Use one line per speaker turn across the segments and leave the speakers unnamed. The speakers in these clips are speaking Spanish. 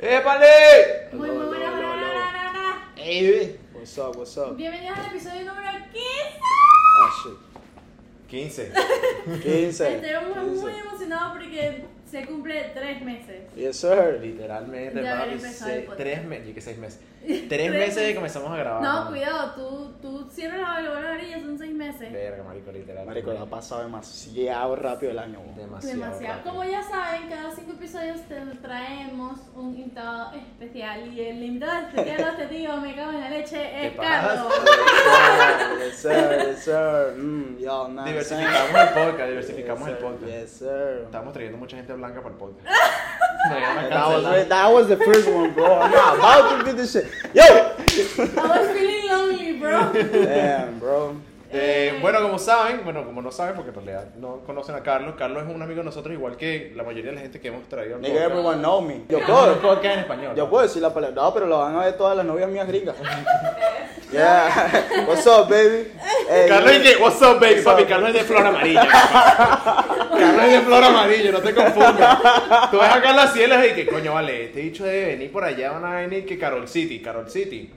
¡Épale!
Muy, muy buenas,
No, no, no,
buenas,
no.
buenas, buenas.
Ey, what's up, what's up?
Bienvenidos al episodio número 15.
Ah, shit.
15.
15.
Estamos muy
15.
emocionados porque se cumple 3 meses.
Yes, sir. Literalmente,
De haber
papi,
empezado
se-
el podcast.
Tres meses, yo que seis meses.
Tres
Tres meses de que comenzamos a grabar.
No,
mano.
cuidado, tú, tú cierras la valvulada y ya son 6 meses.
Verga, marico, literal.
Marico, la ha pasado demasiado rápido el año. bo.
Demasiado.
Demasiado.
rápido.
Como ya saben, cada 5 episodios te traemos un invitado especial y el invitado especial de este tío me cago en la leche es
¿Qué
Carlos.
Yes, sir. Yes, sir. Mm, y'all know what I'm saying.
Diversificamos el podcast,
Yes,
diversificamos el
sir.
podcast.
Yes, sir.
Estamos trayendo mucha gente blanca para el podcast. Nos iban a
That was,
cancelar.
that was the first one, bro. I'm not about to do this shit. Yo!
I was feeling lonely, bro.
Eh, Damn, bro.
Eh, bueno, como saben, bueno, como no saben, porque en realidad no conocen a Carlos. Carlos es un amigo de nosotros, igual que la mayoría de la gente que hemos traído. al
Nigga,
podcast.
everyone know me. Yo
Todo el
puedo.
podcast en español.
pues, Yo puedo decir la palabra. No, pero lo van a ver todas las novias mías gringas. Yeah. What's up, baby? Hey,
Carlos
yo-
es de, what's up, baby,
What's up?
papi, Carlos es de flor amarilla. Carlos es de flor amarilla, no te confundas. Tú ves a Carlos Cielos y que, coño, vale, este dicho de venir por allá van a venir que Carol City, Carol City.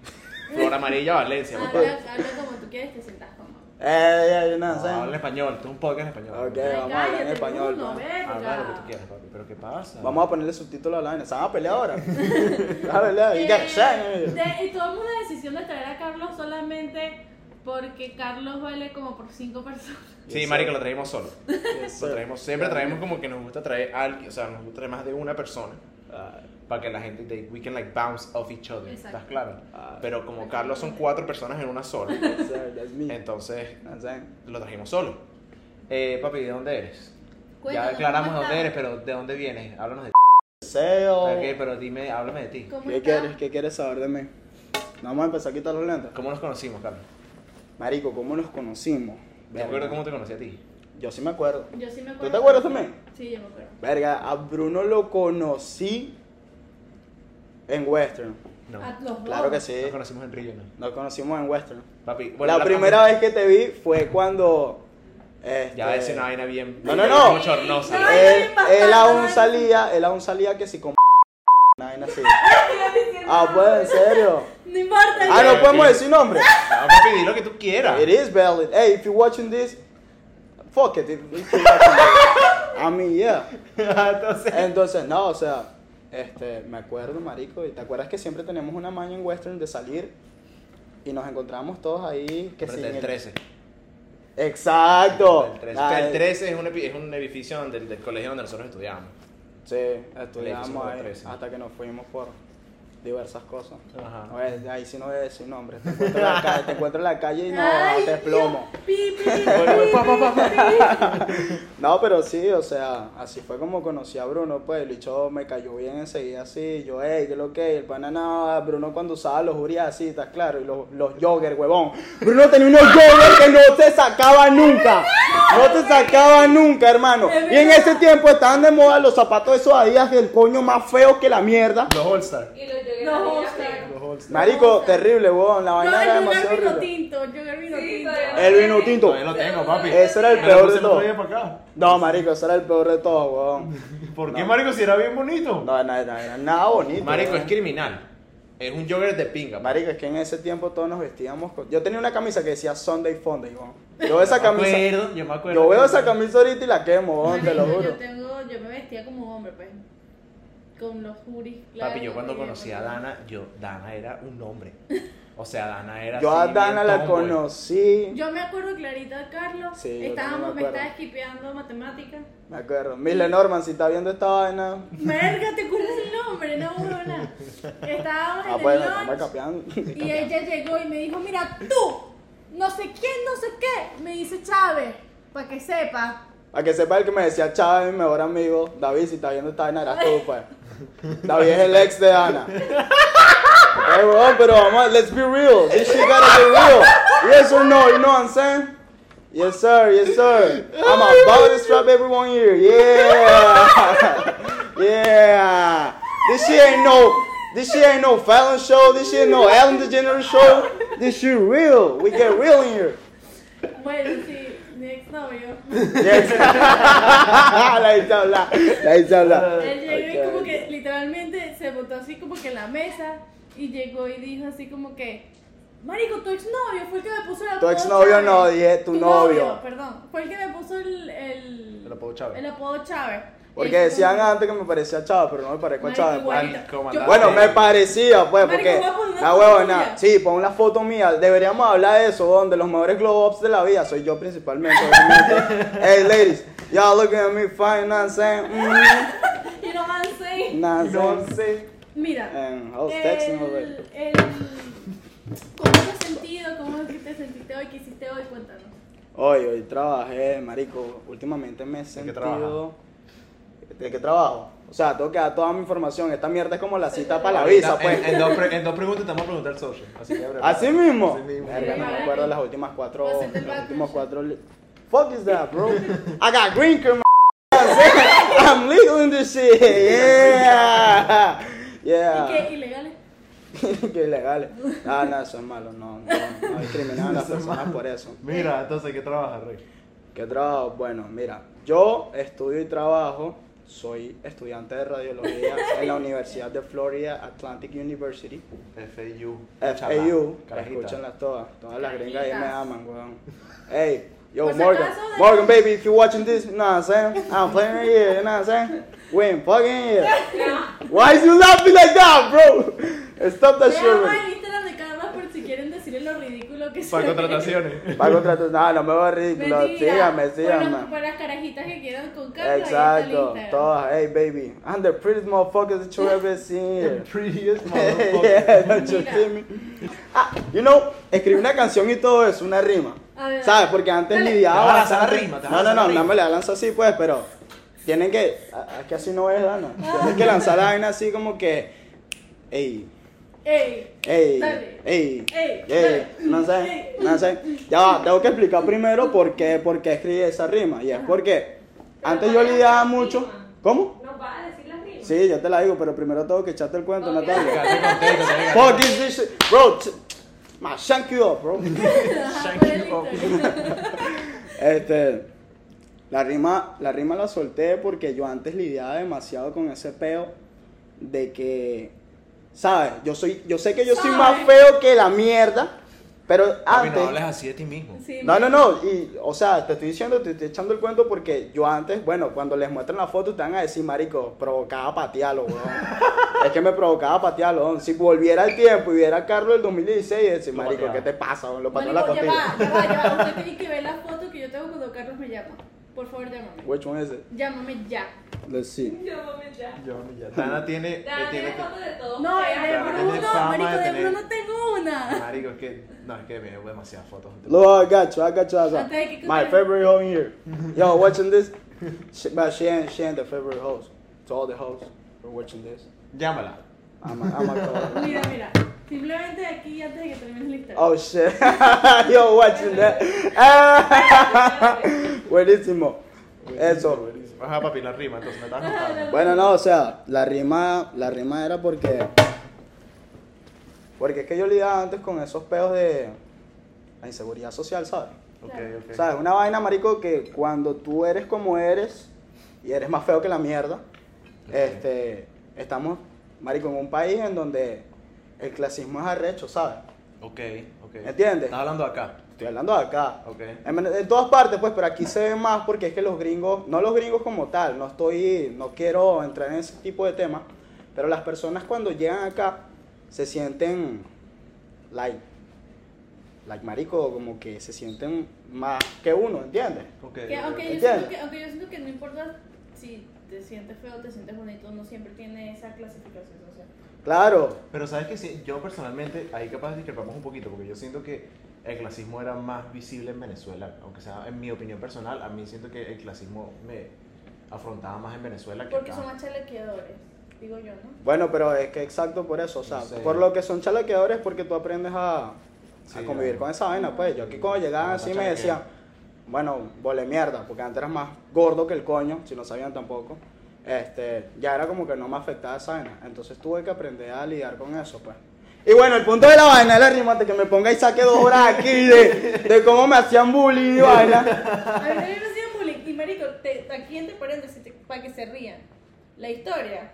Flor amarilla, Valencia. ¿no?
Habla, habla como tú quieres, te sientas cómodo.
Hey, yeah, you know
No,
what I'm
habla
saying?
español, tú es un podcast en español.
Ah, Ok. Eh, vamos a hablar en
Cállate,
español, pues.
Bruno,
¿no?
verga.
Habla lo que tú quieras, papi, pero ¿qué pasa?
Vamos a ponerle subtítulos a la vaina. Se van a pelear ahora. Se van a pelear. You gotta say, nigga.
Eh, de- y tomamos la decisión de traer a Carlos solamente porque Carlos vale como por cinco personas.
Sí, marico, lo traemos solo.
Yes, sir.
Lo traemos, siempre traemos como que nos gusta traer a alguien, o sea, nos gusta traer más de una persona.
Ah,
para que la gente they, we can like bounce off each other
Exacto.
estás claro
Ah.
pero como Carlos son cuatro personas en una sola
yes, sir. That's me. You know
entonces
what I'm saying?
lo trajimos solo eh, papi de dónde eres
Cuéntanos,
ya declaramos de
¿cómo
dónde eres
estás? Oh.
pero de dónde vienes háblanos de
Deseo.
ti Ok, pues. pero dime háblame de ti
¿Cómo
¿Qué
estás?
quieres, ¿Qué quieres saber de mí? No, Vamos a empezar a quitar los lentes.
cómo nos conocimos Carlos
Marico, ¿cómo nos conocimos?
te acuerdas cómo te conocí a ti
Yo sí me acuerdo.
Yo sí me acuerdo.
¿Tú te acuerdas también?
Sí, yo me acuerdo.
Verga, a Bruno lo conocí en Western.
no
A Ah, los
Claro
dos.
que sí.
nos conocimos en Río no
Nos conocimos en Western.
papi
la, primera vez que te vi fue cuando. este,
ya es una vaina bien
No, no, no.
bochornosa.
No, Ay,
Él,
bastante,
él aún
¿verdad?
salía, él aún salía que si con. Una vaina así. Ah, pues, en serio.
No importa.
Ah, no podemos decir nombre.
no papi di lo que tú quieras
It is valid. Hey, if you're watching this, fuck it. if you're watching this. I mean, yeah.
entonces
Entonces, no, o sea, este, me acuerdo, marico, y te acuerdas que siempre tenemos una maña en Western de salir y nos encontramos todos ahí que sin
Frente al
el-
13
Exacto.
El 13.
La-
el 13 es un, epi- es un edificio donde, del colegio donde nosotros estudiamos.
Sí,
edificio
estudiamos
número
ahí
13.
hasta que nos fuimos por diversas cosas.
Ajá.
Oye, ahí sí no voy a decir nombre. Te encuentro en la calle, te encuentro en la calle y no,
Ay,
te plomo.
Dios, pi, pi, pi,
Bueno, pa, pa, pa,
No, pero sí, o sea, así fue como conocí a Bruno, pues el bicho me cayó bien enseguida así, yo, hey, ¿qué es lo que? es?". El pana nada, Bruno cuando usaba los jurías así, estás claro, y los, los yogurt, huevón. Bruno tenía unos yogurt que no te sacaba nunca, no te sacaba nunca, hermano. Y en ese tiempo estaban de moda los zapatos esos adidas del coño más feo que la mierda.
Los All-Star.
Y los yogueros
No,
no,
Oscar.
Los All-Star.
Marico, terrible, huevón, la
No,
vaina era
el lugar
demasiado
vino
horrible.
tinto. Yo el vino
Sí,
tinto.
todavía
El vino tinto.
Todavía lo tengo, papi.
Ese era el
Me lo
peor
puse
de
otro
todos.
día para acá.
No, marico, ese era el peor de todos, huevón.
¿Por qué,
No.
Marico, si era bien bonito?
No, nada, nada, nada bonito.
Marico,
huevón.
es criminal. Es un yogurt de pinga.
Marico, es que en ese tiempo todos nos vestíamos con... Yo tenía una camisa que decía Sunday Funday, weón. Yo veo esa
Yo me
camisa...
acuerdo, yo me acuerdo.
Yo veo esa camisa ahorita y la quemo, weón, te lo
Marico,
juro.
Yo, tengo, yo me vestía como hombre, pues. Con los juris, claro.
Papi, yo cuando
y-
conocí a Dana, yo, Dana era un hombre. O sea, Dana era
Yo a
así,
Dana
bien
la
tomboy.
conocí.
Yo me acuerdo clarita, Carlos.
Sí, yo
estábamos,
también me
me,
acuerdo.
estaba esquipeando matemáticas.
Me acuerdo. Mile Norman, si está viendo esta vaina...
Merga, te acuerdas el nombre, no, huevona. Estábamos en
Ah, bueno,
el
estamos
lunch
capeando.
y ella llegó y me dijo, mira, tú, no sé quién, no sé qué, me dice Chávez, para que sepa.
Para que sepa el que me decía Chávez, mi mejor amigo, David, si está viendo esta vaina, eras tú, pues. David es el ex de Dana. Hey, weón, pero vamos, a- let's be real. This shit gotta be real. Yes or no, you know what I'm saying? Yes, sir, yes, sir. I'm about to strap everyone here. Yeah. Yeah. This shit ain't no, this shit ain't no Fallon show. This shit ain't no Ellen DeGeneres show. This shit real. We get real in here.
Bueno, sí, mi exnovio.
Yes. la hice hablar. La hice hablar.
Él llegó y como
Ok.
que literalmente se, se botó así como que en la mesa y llegó y dijo así como que, Marico, tu exnovio fue el que me puso el apodo.
exnovio no,
Chávez".
dije, tu novio.
Perdón, fue el que me puso el, el,
El apodo Chávez.
el apodo Chávez.
Porque
Y es como-
decían antes que me parecía a Chávez, pero no me parezco a
Marico,
Chávez. pues.
igualito.
Al
Yo-
comandante.
Bueno, me parecía, pues,
Marico,
porque.
voy a poner una
La
foto
huevona.
tuya.
Sí, pon una foto mía. Deberíamos hablar de eso, donde los mejores glow ups de la vida soy yo principalmente. obviamente. hey, ladies, y'all looking at me fine, nonsense. Mm,
Y no avancé.
nonsense.
Mira.
And I was texting already.
el, el, ¿Cómo te has sentido? ¿Cómo es que te sentiste hoy? ¿Qué hiciste hoy? Cuéntanos.
Hoy, hoy trabajé, marico. Últimamente me he
qué
sentido. ¿De qué trabajo? O sea, tengo que dar toda mi información. Esta mierda es como la cita para la
Ahorita,
visa, pues.
en, en dos pre- en dos preguntas te vamos a preguntar el socio. Así, que prepárate.
¿Así mismo?
Así mismo.
Verga, no me acuerdo las últimas cuatro.
Pues, el del
Los
background.
últimos cuatro. li- Fuck is that, bro? I got green card, my I'm legal in this shit. Yeah. Yeah.
¿Y qué? ¿Ilegales?
Qué ilegales. Ah, no, eso es malo. No, no, no discriminan a las personas por eso.
Mira, entonces, ¿qué trabajas, Rey?
¿Qué trabajo? Bueno, mira, yo estudio y trabajo. Soy estudiante de radiología en la Universidad de Florida, Atlantic University.
FAU.
Eh, FAU,
Carajita.
escúchenlas todas, todas las gringas ahí me
Carajitas.
aman, weón. Hey, yo
Por si
Morgan,
acaso, de-
Morgan baby, if you watching this, you know what I'm saying? I'm playing right here, you know what I'm saying? We ain't fucking here. Why is you laughing like that, bro? Stop that shit.
Vean
man.
el Instagram de Carla por si quieren decirle lo ridículo que
Para
soy.
contrataciones.
Para contratar, no, no me voy ridículo,
Mentira.
síganme,
Bueno,
síganme.
para las carajitas que quieran con Carla. ahí está el
Exacto,
Instagram.
todas, hey baby, I'm the prettiest motherfucker that you ever seen here.
Prettiest
yeah,
motherfucker.
don't you
Mira.
see me? Ah, you know, escribí una canción y todo eso, una rima.
A ver,
¿Sabes? Porque antes
dale.
lidiaba.
Te vas a lanzar
bastante-
la rima, te vas
No,
a
no,
lanzar
no,
la
no
rima.
me la lanzo así, pues, pero tienen que. a- Es que así no es, Dana.
Ah.
Tienen que lanzar la vaina así como que. Ey,
Ey.
ey,
Dale.
ey,
Ey,
ey,
dale.
no sé,
Ey.
no sé. Ya va, tengo que explicar primero por qué, por qué escribí esa rima. Y es porque antes yo lidiaba mucho. ¿Cómo?
¿Nos vas a decir las rimas?
Sí, yo te la digo, pero primero tengo que echarte el cuento,
Ok.
Natalia.
Estoy contento, estoy
Fuck this, this shit. Bro, t- my shank you up, bro.
Ajá,
Shank
por el
you up.
Instagram.
Este, la rima, la rima la solté porque yo antes lidiaba demasiado con ese peo de que, ¿sabes? Yo soy, yo sé que yo soy más
¿Sabes?
feo que la mierda, pero
Papi, no
antes.
hables así de ti mismo.
Sí,
No, no, no, y, o sea, te estoy diciendo, te estoy echando el cuento porque yo antes, bueno, cuando les muestran la foto te van a decir, marico, provocaba patearlo, weón. es que me provocaba patearlo, weón. Si volviera al tiempo y viera a Carlos del 2016, decir,
Lo
marico,
pateaba.
¿qué te pasa, weón? Lo pateó la
Marico, ya va,
costilla.
ya va, ya va. Usted tiene que ver la foto que yo tengo cuando Carlos me llama. Por favor, llámame.
Which one is it?
Llámame ya.
Let's see.
No, mames, ya.
Yo, ya. Tana tiene.
Ya,
eh, tiene
tienes fotos de todos.
No,
feos.
de
Claro, tiene
Bruno,
fama de
marico, de
tener-
Bruno tengo una.
Marico, es que. No, es que me veo demasiadas fotos.
Lord, I got you, I got you. I got
Antes de que
you. My
comience.
favorite hoe in here. Yo, watching this, she, but she ain't, she ain't the favorite host. To all the hosts for watching this.
Llámala.
I'm a, I'm a call.
Mira, mira. Simplemente aquí antes de que termine la historia.
Oh shit, yo watching that. Ah, Buenísimo. Eso.
Buenísimo. Ajá, papi, la rima, entonces me estás contando.
Bueno, no, o sea, la rima, la rima era porque. Porque es que yo lidiaba antes con esos peos de la inseguridad social, ¿sabes?
Ok, ok.
O sea, es una vaina, marico, que cuando tú eres como eres y eres más feo que la mierda,
Ok.
este, estamos, marico, en un país en donde el clasismo es arrecho, ¿sabes?
Ok, ok.
¿Entiendes?
Estás hablando acá.
Estoy hablando de acá.
Ok.
En, Vene- en todas partes, pues, pero aquí se ve más porque es que los gringos, no los gringos como tal, no estoy, no quiero entrar en ese tipo de temas, pero las personas cuando llegan acá se sienten like, like marico, como que se sienten más que uno, ¿entiendes?
Ok.
Que aunque, yo
¿Entiendes?
siento que, aunque yo siento que no importa si te sientes feo o te sientes bonito, no siempre tiene esa clasificación social.
Claro,
Pero sabes que sí, yo personalmente, ahí capaz discrepamos un poquito, porque yo siento que el clasismo era más visible en Venezuela, aunque sea en mi opinión personal, a mí siento que el clasismo me afrontaba más en Venezuela que
Porque
acá.
son más chalequeadores, digo yo, ¿no?
Bueno, pero es que exacto por eso, o sea,
No sé.
por lo que son chalequeadores, porque tú aprendes a,
Sí,
a convivir
ya.
con esa vaina, pues. Yo aquí cuando llegaban
Ah,
así me
chalequea.
decían, bueno, vole mierda, porque antes eras más gordo que el coño, si no sabían tampoco. Este, ya era como que no me afectaba esa vaina, entonces tuve que aprender a lidiar con eso, pues. Y bueno, el punto de la vaina es la rima, de que me ponga y saque dos horas aquí de, de cómo me hacían bullying y vaina.
A mí también me hacían bullying. Y marico, te, aquí entre paréntesis, te- para que se rían. La historia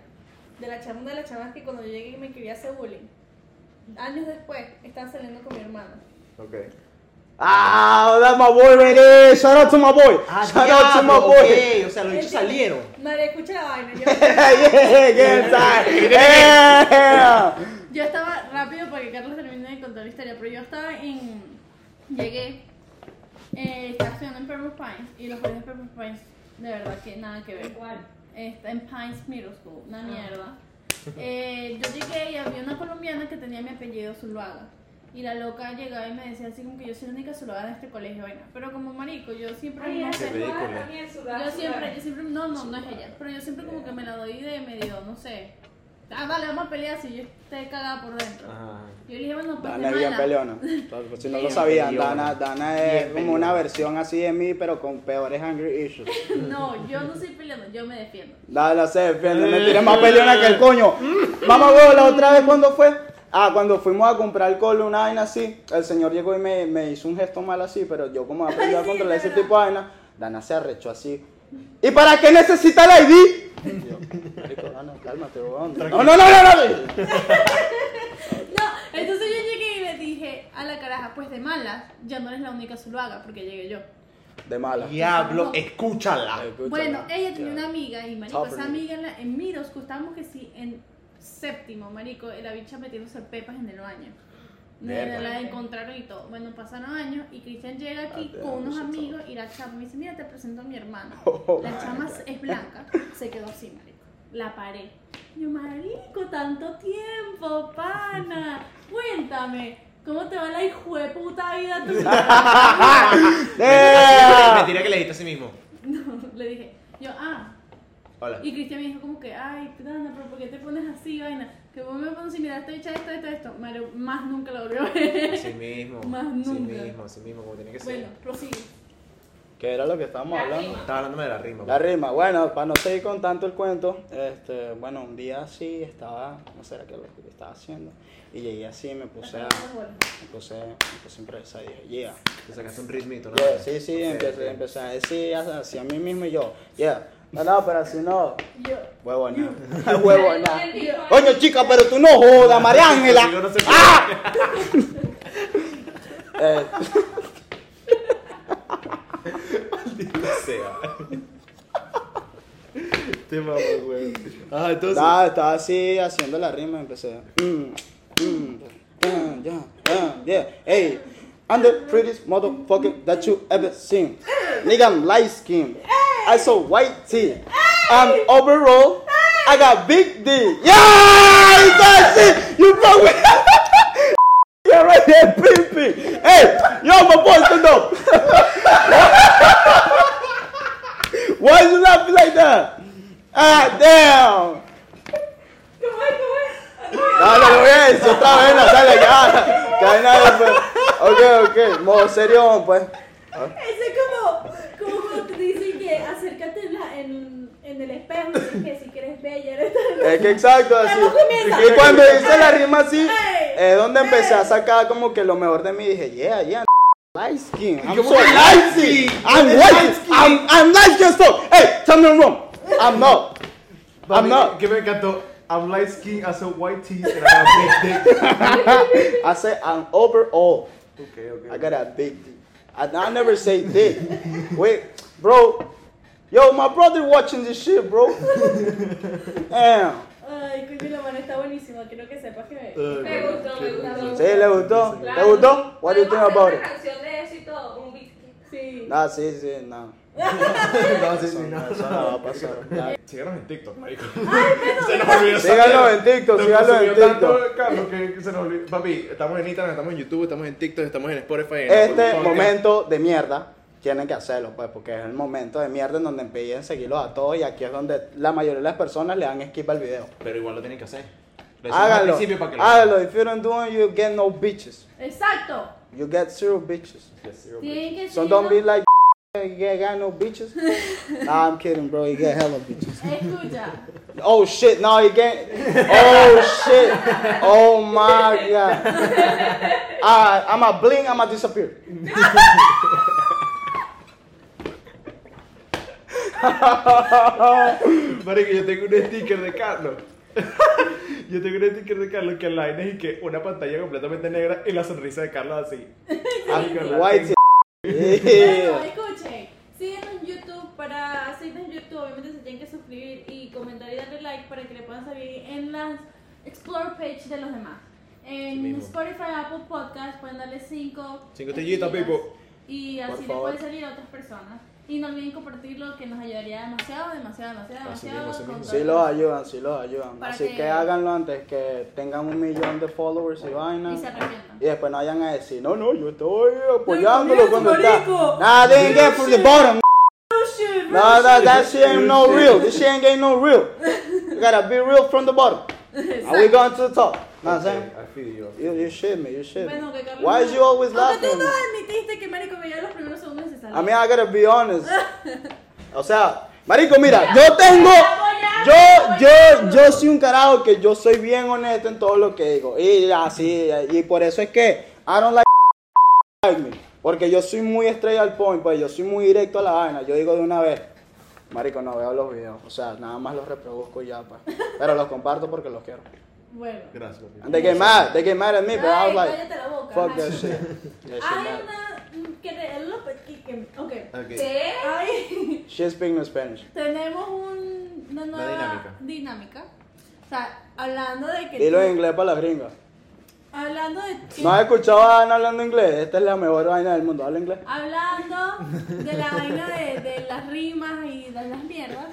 de la chama de las chamas que cuando yo llegué me quería hacer bullying. Años después, están saliendo con mi hermano.
Ok.
Ah, that's my boy right there. Shout out to my boy.
Ah,
Shout out to my
diablo,
boy.
ok, O sea, los bichos
¿Entiendes?
salieron.
María, escucha la vaina. Yo,
yeah, get inside. Yeah.
yo estaba rápido para que Carlos termine de contar la historia, pero yo estaba en. Llegué. Eh, estaba estudiando en Purple Pines y los colegios de Purple Pines, de verdad que nada que ver.
¿Cuál?
Está en Pines Middle School, una
Ah.
mierda. Eh, yo llegué y había una colombiana que tenía mi apellido Zuluaga. Y la loca llegaba y me decía así como que yo soy la única Zuluaga de este colegio, vaina. Pero como marico, yo siempre
Ay,
no
esa
sé.
es
ridículo.
Juan, Daniel Sudá,
Yo
Sudá.
siempre, yo siempre, no, no, no es ella. Pero yo siempre como que me la doy de medio, no sé. Ah, vale, vamos a pelear si yo esté cagada por dentro.
Ajá.
Yo le dije, bueno, pues
Dana
de
es bien
mala.
peleona. Por pues, Si no lo
Bien
sabían,
peleona.
Dana, Dana es
Bien
como una
peleona.
versión así de mí, pero con peores hungry issues.
No, yo no soy peleando, yo me defiendo.
Dale, se defiende,
Eh.
me tiene más peleona que el coño.
Mm.
Mamá, huevo, la otra vez, ¿cuándo fue? Ah, cuando fuimos a comprar alcohol, una vaina así, el señor llegó y me, me hizo un gesto mal así, pero yo como había peleado
Sí,
contra
es
ese
verdad.
tipo de vaina, Dana se arrechó así. ¿Y para qué necesita el ID? Y yo, "Marico, Dana, cálmate, huevón". No, no, no, no, no.
No, entonces yo llegué y le dije a la caraja, pues de malas, ya no eres la única Zuluaga, porque llegué yo.
De mala.
Diablo, escúchala.
Eh,
Escúchala.
Bueno, ella tenía una amiga y marico,
Topper.
esa amiga en, la, en Middlesbrough, estábamos que sí, en séptimo, marico, la bicha metiéndose pepas en el baño. Me-
Verga.
La encontraron y todo. Bueno, pasaron años y Cristian llega aquí
Ah, te
con
amo,
unos
ese
amigos y la chama me dice, mira, te presento a mi hermana.
Oh,
la chama es blanca. Se quedó así, marico. La paré. Yo, marico, tanto tiempo, pana. Cuéntame, ¿cómo te va la hijueputa vida tuya?
Yeah.
Mentira que le dijiste a sí mismo.
no, le dije, yo, ah,
Hola.
y Cristian me dijo como que, ay, Dana, pero ¿por qué te pones así, vaina? Que vos me pones y mira, estoy hecha esto, esto, esto. Mario, más nunca lo volvió a ver.
Sí mismo.
Más
Sí
nunca.
mismo, así mismo, como tiene que ser.
Bueno, prosigue.
¿Qué era lo que estábamos
La
hablando?
rima.
Estaba hablándome de la rima.
La rima, bueno, para no seguir con tanto el cuento, este, bueno, un día así estaba, no sé era que lo que estaba haciendo, y llegué así, me puse a, me puse, me puse a improvisar, y dije, yeah,
Te sacaste un ritmito, ¿no?
yeah, sí, sí,
Ok,
empecé,
ok.
empecé a decir así a mí mismo y yo, yeah, no, no, pero así no,
Yo,
huevo nada, huevo
El
nada.
Bitcoin.
Coño, chica, pero tú no jodas, María
Conmigo no
Ángela.
se puede.
Eh,
Maldita sea. Te mamo, güey. Ah, entonces.
Nada, estaba así haciendo la rima, empecé. Mm, mm, damn, yeah, damn, yeah, hey, I'm the prettiest motherfucker that you ever seen. Nigga, I'm light skin. I saw white teeth. I'm overall. I got big D. Yeah, that's it. You fuck with. You're right there, pimping. Hey, yo, my boy, stand up. Why you laughing like that? Ah, damn.
¿Cómo es? ¿Cómo es?
No, no lo voy a decir otra vez, no sale cara. Cadena después. pues. Ok, ok, modo serio, pues.
ese es como, como cuando te dicen que acércate en, la- en, en el espejo y dices que si quieres bella eres tan-
Es que exacto, así.
Pero no comienza.
Y cuando hice la rima así,
Ey,
es donde empecé
ey.
a sacar como que lo mejor de mí. Dije, yeah, yeah. Light skin. I'm
¿Cómo
so
que
light
light
skin.
skin?
I'm
¿Qué
white.
light skin?
I'm, I'm light skin so. Hey, tell me wrong. I'm not.
A
I'm
mí
not.
Que me encantó. I'm light skin, I saw white teeth, and I got big dick.
I say I'm overall.
Okay, okay.
I got a big dick. I, I never say dick. Wait, bro. Yo, my brother watching this shit, bro. Damn.
Ay, coño, la mano está buenísima, quiero que sepas que me...
Eh,
Me
güey,
gustó,
qué
me gustó.
bueno.
Sí, le gustó.
Claro.
¿Le gustó? What do you think
Podemos
about
hacer
it?
Una canción de eso y todo, un beat.
Sí.
Nah, sí, sí, nah.
No, sí,
Eso
sí,
no
no.
eso no va a pasar. Ya.
Síganos en TikTok, marico. Se nos olvidó. esa
Síganos
mierda.
en TikTok,
Nos
síganos en
consumió tanto,
TikTok.
Carlos, que se nos olvidó. Papi, estamos en Instagram, estamos en YouTube, estamos en TikTok, estamos en Spotify. en Apple
Este
Podcast.
momento de mierda tienen que hacerlo, pues, porque es el momento de mierda en donde impiden seguirlos a todos y aquí es donde la mayoría de las personas le dan skip al video.
Pero igual lo tienen que hacer. Lo decimos al
Háganlo.
principio para que lo-
Háganlo. If you don't do it, you get no bitches.
Exacto.
You get zero bitches.
Tienen que
So don't be
seguirnos.
like you get got no bitches. nah, I'm kidding, bro. You get hella bitches.
Escucha.
Oh shit, no, you get. Oh shit. Oh my god. Alright, I'ma blink, I'ma disappear.
Marico, yo tengo un sticker de Carlos Yo tengo una etiqueta de Carlos que la vaina es y que una pantalla completamente negra y la sonrisa de Carlos así. Algo la
Ah, White.
Bueno,
Yeah.
escuchen.
Síguenos en YouTube para seguirnos en YouTube. Obviamente se tienen que suscribir y comentar y darle like para que le puedan salir en las
Explore page de los demás.
Sí
En
mismo.
Spotify, Apple Podcast pueden darle 5
Cinco estrellitas, Pipo.
Y así
Por
le
favor.
puede salir a otras personas. Y no olviden compartirlo, que nos ayudaría demasiado, demasiado, demasiado,
Así
demasiado.
mismo, así
con
mismo.
todas
Sí los
las-
ayudan, sí los ayudan.
Para
Así
que-
que háganlo antes que tengan un millón de followers y vaina.
Y se arrepientan.
Y después no vayan a decir, no, no, yo estoy apoyándolo
No,
cuando está.
marico.
Nah, they ain't get from the bottom.
Oh,
No, no, that shit ain't no real. This shit ain't ain't no real. You gotta be real from the bottom. Are we going to the top? No, I'm saying.
I feel you.
You, you shit me, you shit me.
Bueno, que Carlos no-
Why is you always
Aunque
laughing?
tú no admitiste que Marico veía los primeros segundos y se salió.
I mean, I gotta be honest. O sea, marico, mira, yo tengo, yo, yo, yo soy un carajo que yo soy bien honesto en todo lo que digo. Y así, y por eso es que I don't like like me. Porque yo soy muy estrella al point, pues yo soy muy directo a la vaina. Yo digo de una vez, marico, no veo los videos. O sea, nada más los reproduzco y ya, pues. Pero los comparto porque los quiero.
Bueno.
Gracias, papi.
And they get mad, they get mad at me, but I
Ay,
was like,
cállate la boca.
fuck
Ay,
that shit. That shit
Hay
mad.
una que de- lo- que- que- okay.
Ok.
¿Qué?
Hay-
She's speaking Spanish.
tenemos un- una nueva
dinámica.
dinámica. O sea, hablando de que
Dilo en inglés para la gringa.
hablando de que-
No has escuchado a Ana hablando inglés. Esta es la mejor vaina del mundo. Habla inglés.
hablando de la vaina de, de las rimas y de las mierdas.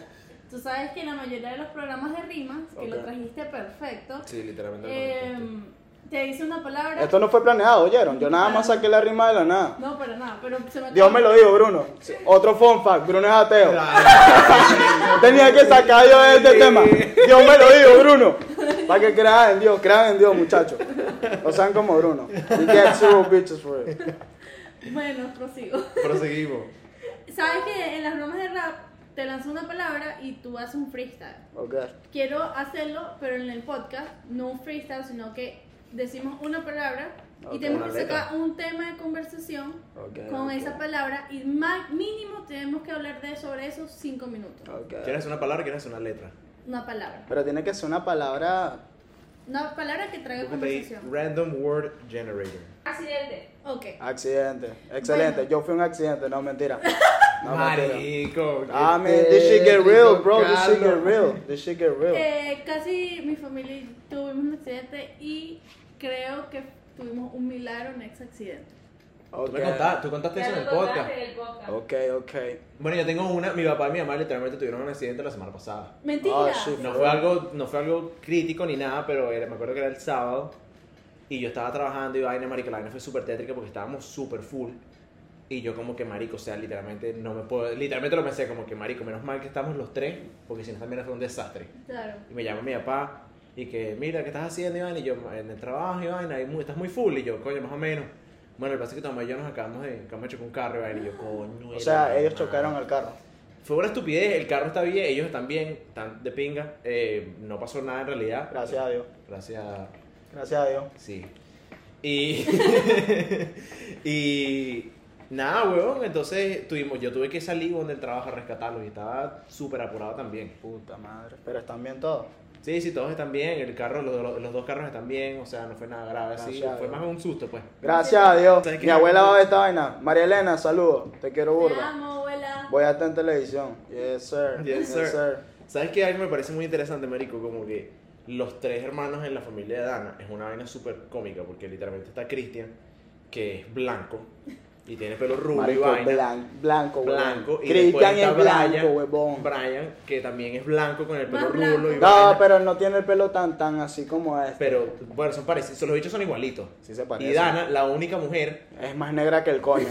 Tú sabes que la mayoría de los programas de rimas, que lo
Ok.
trajiste perfecto,
Sí, literalmente. lo conectaste.
em, te dice una palabra.
Esto no fue planeado, ¿oyeron? Yo nada más saqué la rima de la nada.
No, para nada, pero se me
Dios me lo dijo, Bruno. Otro fun fact, Bruno es ateo. Tenía que sacar yo este tema. Dios me lo dijo, Bruno. Para que crean en Dios, crean en Dios, muchachos. No sean como Bruno. You get zero bitches for it.
Bueno, prosigo.
Proseguimos.
Sabes que en las bromas de rap te lanzo una palabra y tú haces un freestyle.
Ok.
Quiero hacerlo, pero en el podcast, no un freestyle, sino que decimos una palabra
Ok,
y tenemos
una
que
letra.
sacar un tema de conversación
Ok,
con
ok.
esa palabra y más mínimo tenemos que hablar de sobre esos cinco minutos.
Ok.
¿Quieres una palabra o quieres una letra?
Una palabra.
Pero tiene que ser una palabra.
Una palabra que traiga
Búscate ahí,
Eh, conversación.
Random Word Generator.
Accidente.
Ok.
Ah, Accidente. Excelente.
Bueno.
Yo fui un accidente, no mentira. No mentira.
Marico.
Ah,
qué
man, this shit get real,
tétrico,
bro. This shit get
Carlos.
real. This shit get real.
Eh, casi mi familia y tuvimos un accidente y creo que tuvimos un milagro en ese accidente.
Ok,
Tú me contaste, tú contaste eso en el podcast.
En el podcast.
Ok, ok.
Bueno, yo tengo una, mi papá y mi mamá literalmente tuvieron un accidente la semana pasada.
Mentira.
Ah, sí.
No fue algo, no fue algo crítico ni nada, pero era- me acuerdo que era el sábado y yo estaba trabajando y vaina, marico, la vaina fue súper tétrica porque estábamos súper full. Y yo como que, marico, o sea, literalmente no me puedo, literalmente lo pensé como que, marico, menos mal que estamos los tres, porque si no también fue un desastre.
Claro.
Y me llama mi papá y que, mira, ¿qué estás haciendo, Iván? Y yo, en el trabajo, Iván, ahí muy- estás muy full. Y yo, coño, más o menos. Bueno, el pasa es que tu mamá y yo nos acabamos de, acabamos de chocar un carro, Iván. Y yo, coño.
O
era
sea,
la
ellos
madre".
chocaron el carro.
Fue una estupidez, el carro está bien, ellos están bien, están de pinga. eh, no pasó nada en realidad.
Gracias a Dios.
Gracias,
Gracias a Dios.
sí. Y. y. Nada, weón, entonces tuvimos, yo tuve que salir weón, del trabajo a rescatarlos y estaba súper apurado también.
Puta madre. Pero están bien todos.
Sí, sí, todos están bien, el carro, los, los- los dos carros están bien, o sea, no fue nada grave, así,
Gracias a
fue
Dios.
más un susto, pues.
Gracias a Dios.
¿Sabes qué?
Mi abuela va a ver esta vaina. María Elena, saludos. Te quiero
Te
burda.
amo, abuela.
Voy a estar en televisión. Yes, sir.
Yes, sir. ¿Sabes qué? Algo me parece muy interesante, marico, como que los tres hermanos en la familia de Dana es una vaina súper cómica, porque literalmente está Cristian, que es blanco, y tiene pelo rubio y
Marico,
vaina.
blan- blanco, huevón.
blanco, y después
Cristian
está
es blanco,
Brian,
huevón.
Brian, que también es blanco con el pelo
Más
rulo y
blanco.
No,
vaina.
pero él no tiene el pelo tan tan así como este.
Pero, bueno, son parecidos, los bichos son igualitos.
Sí se parece.
Y Dana, la única mujer,
Es más negra que el coño.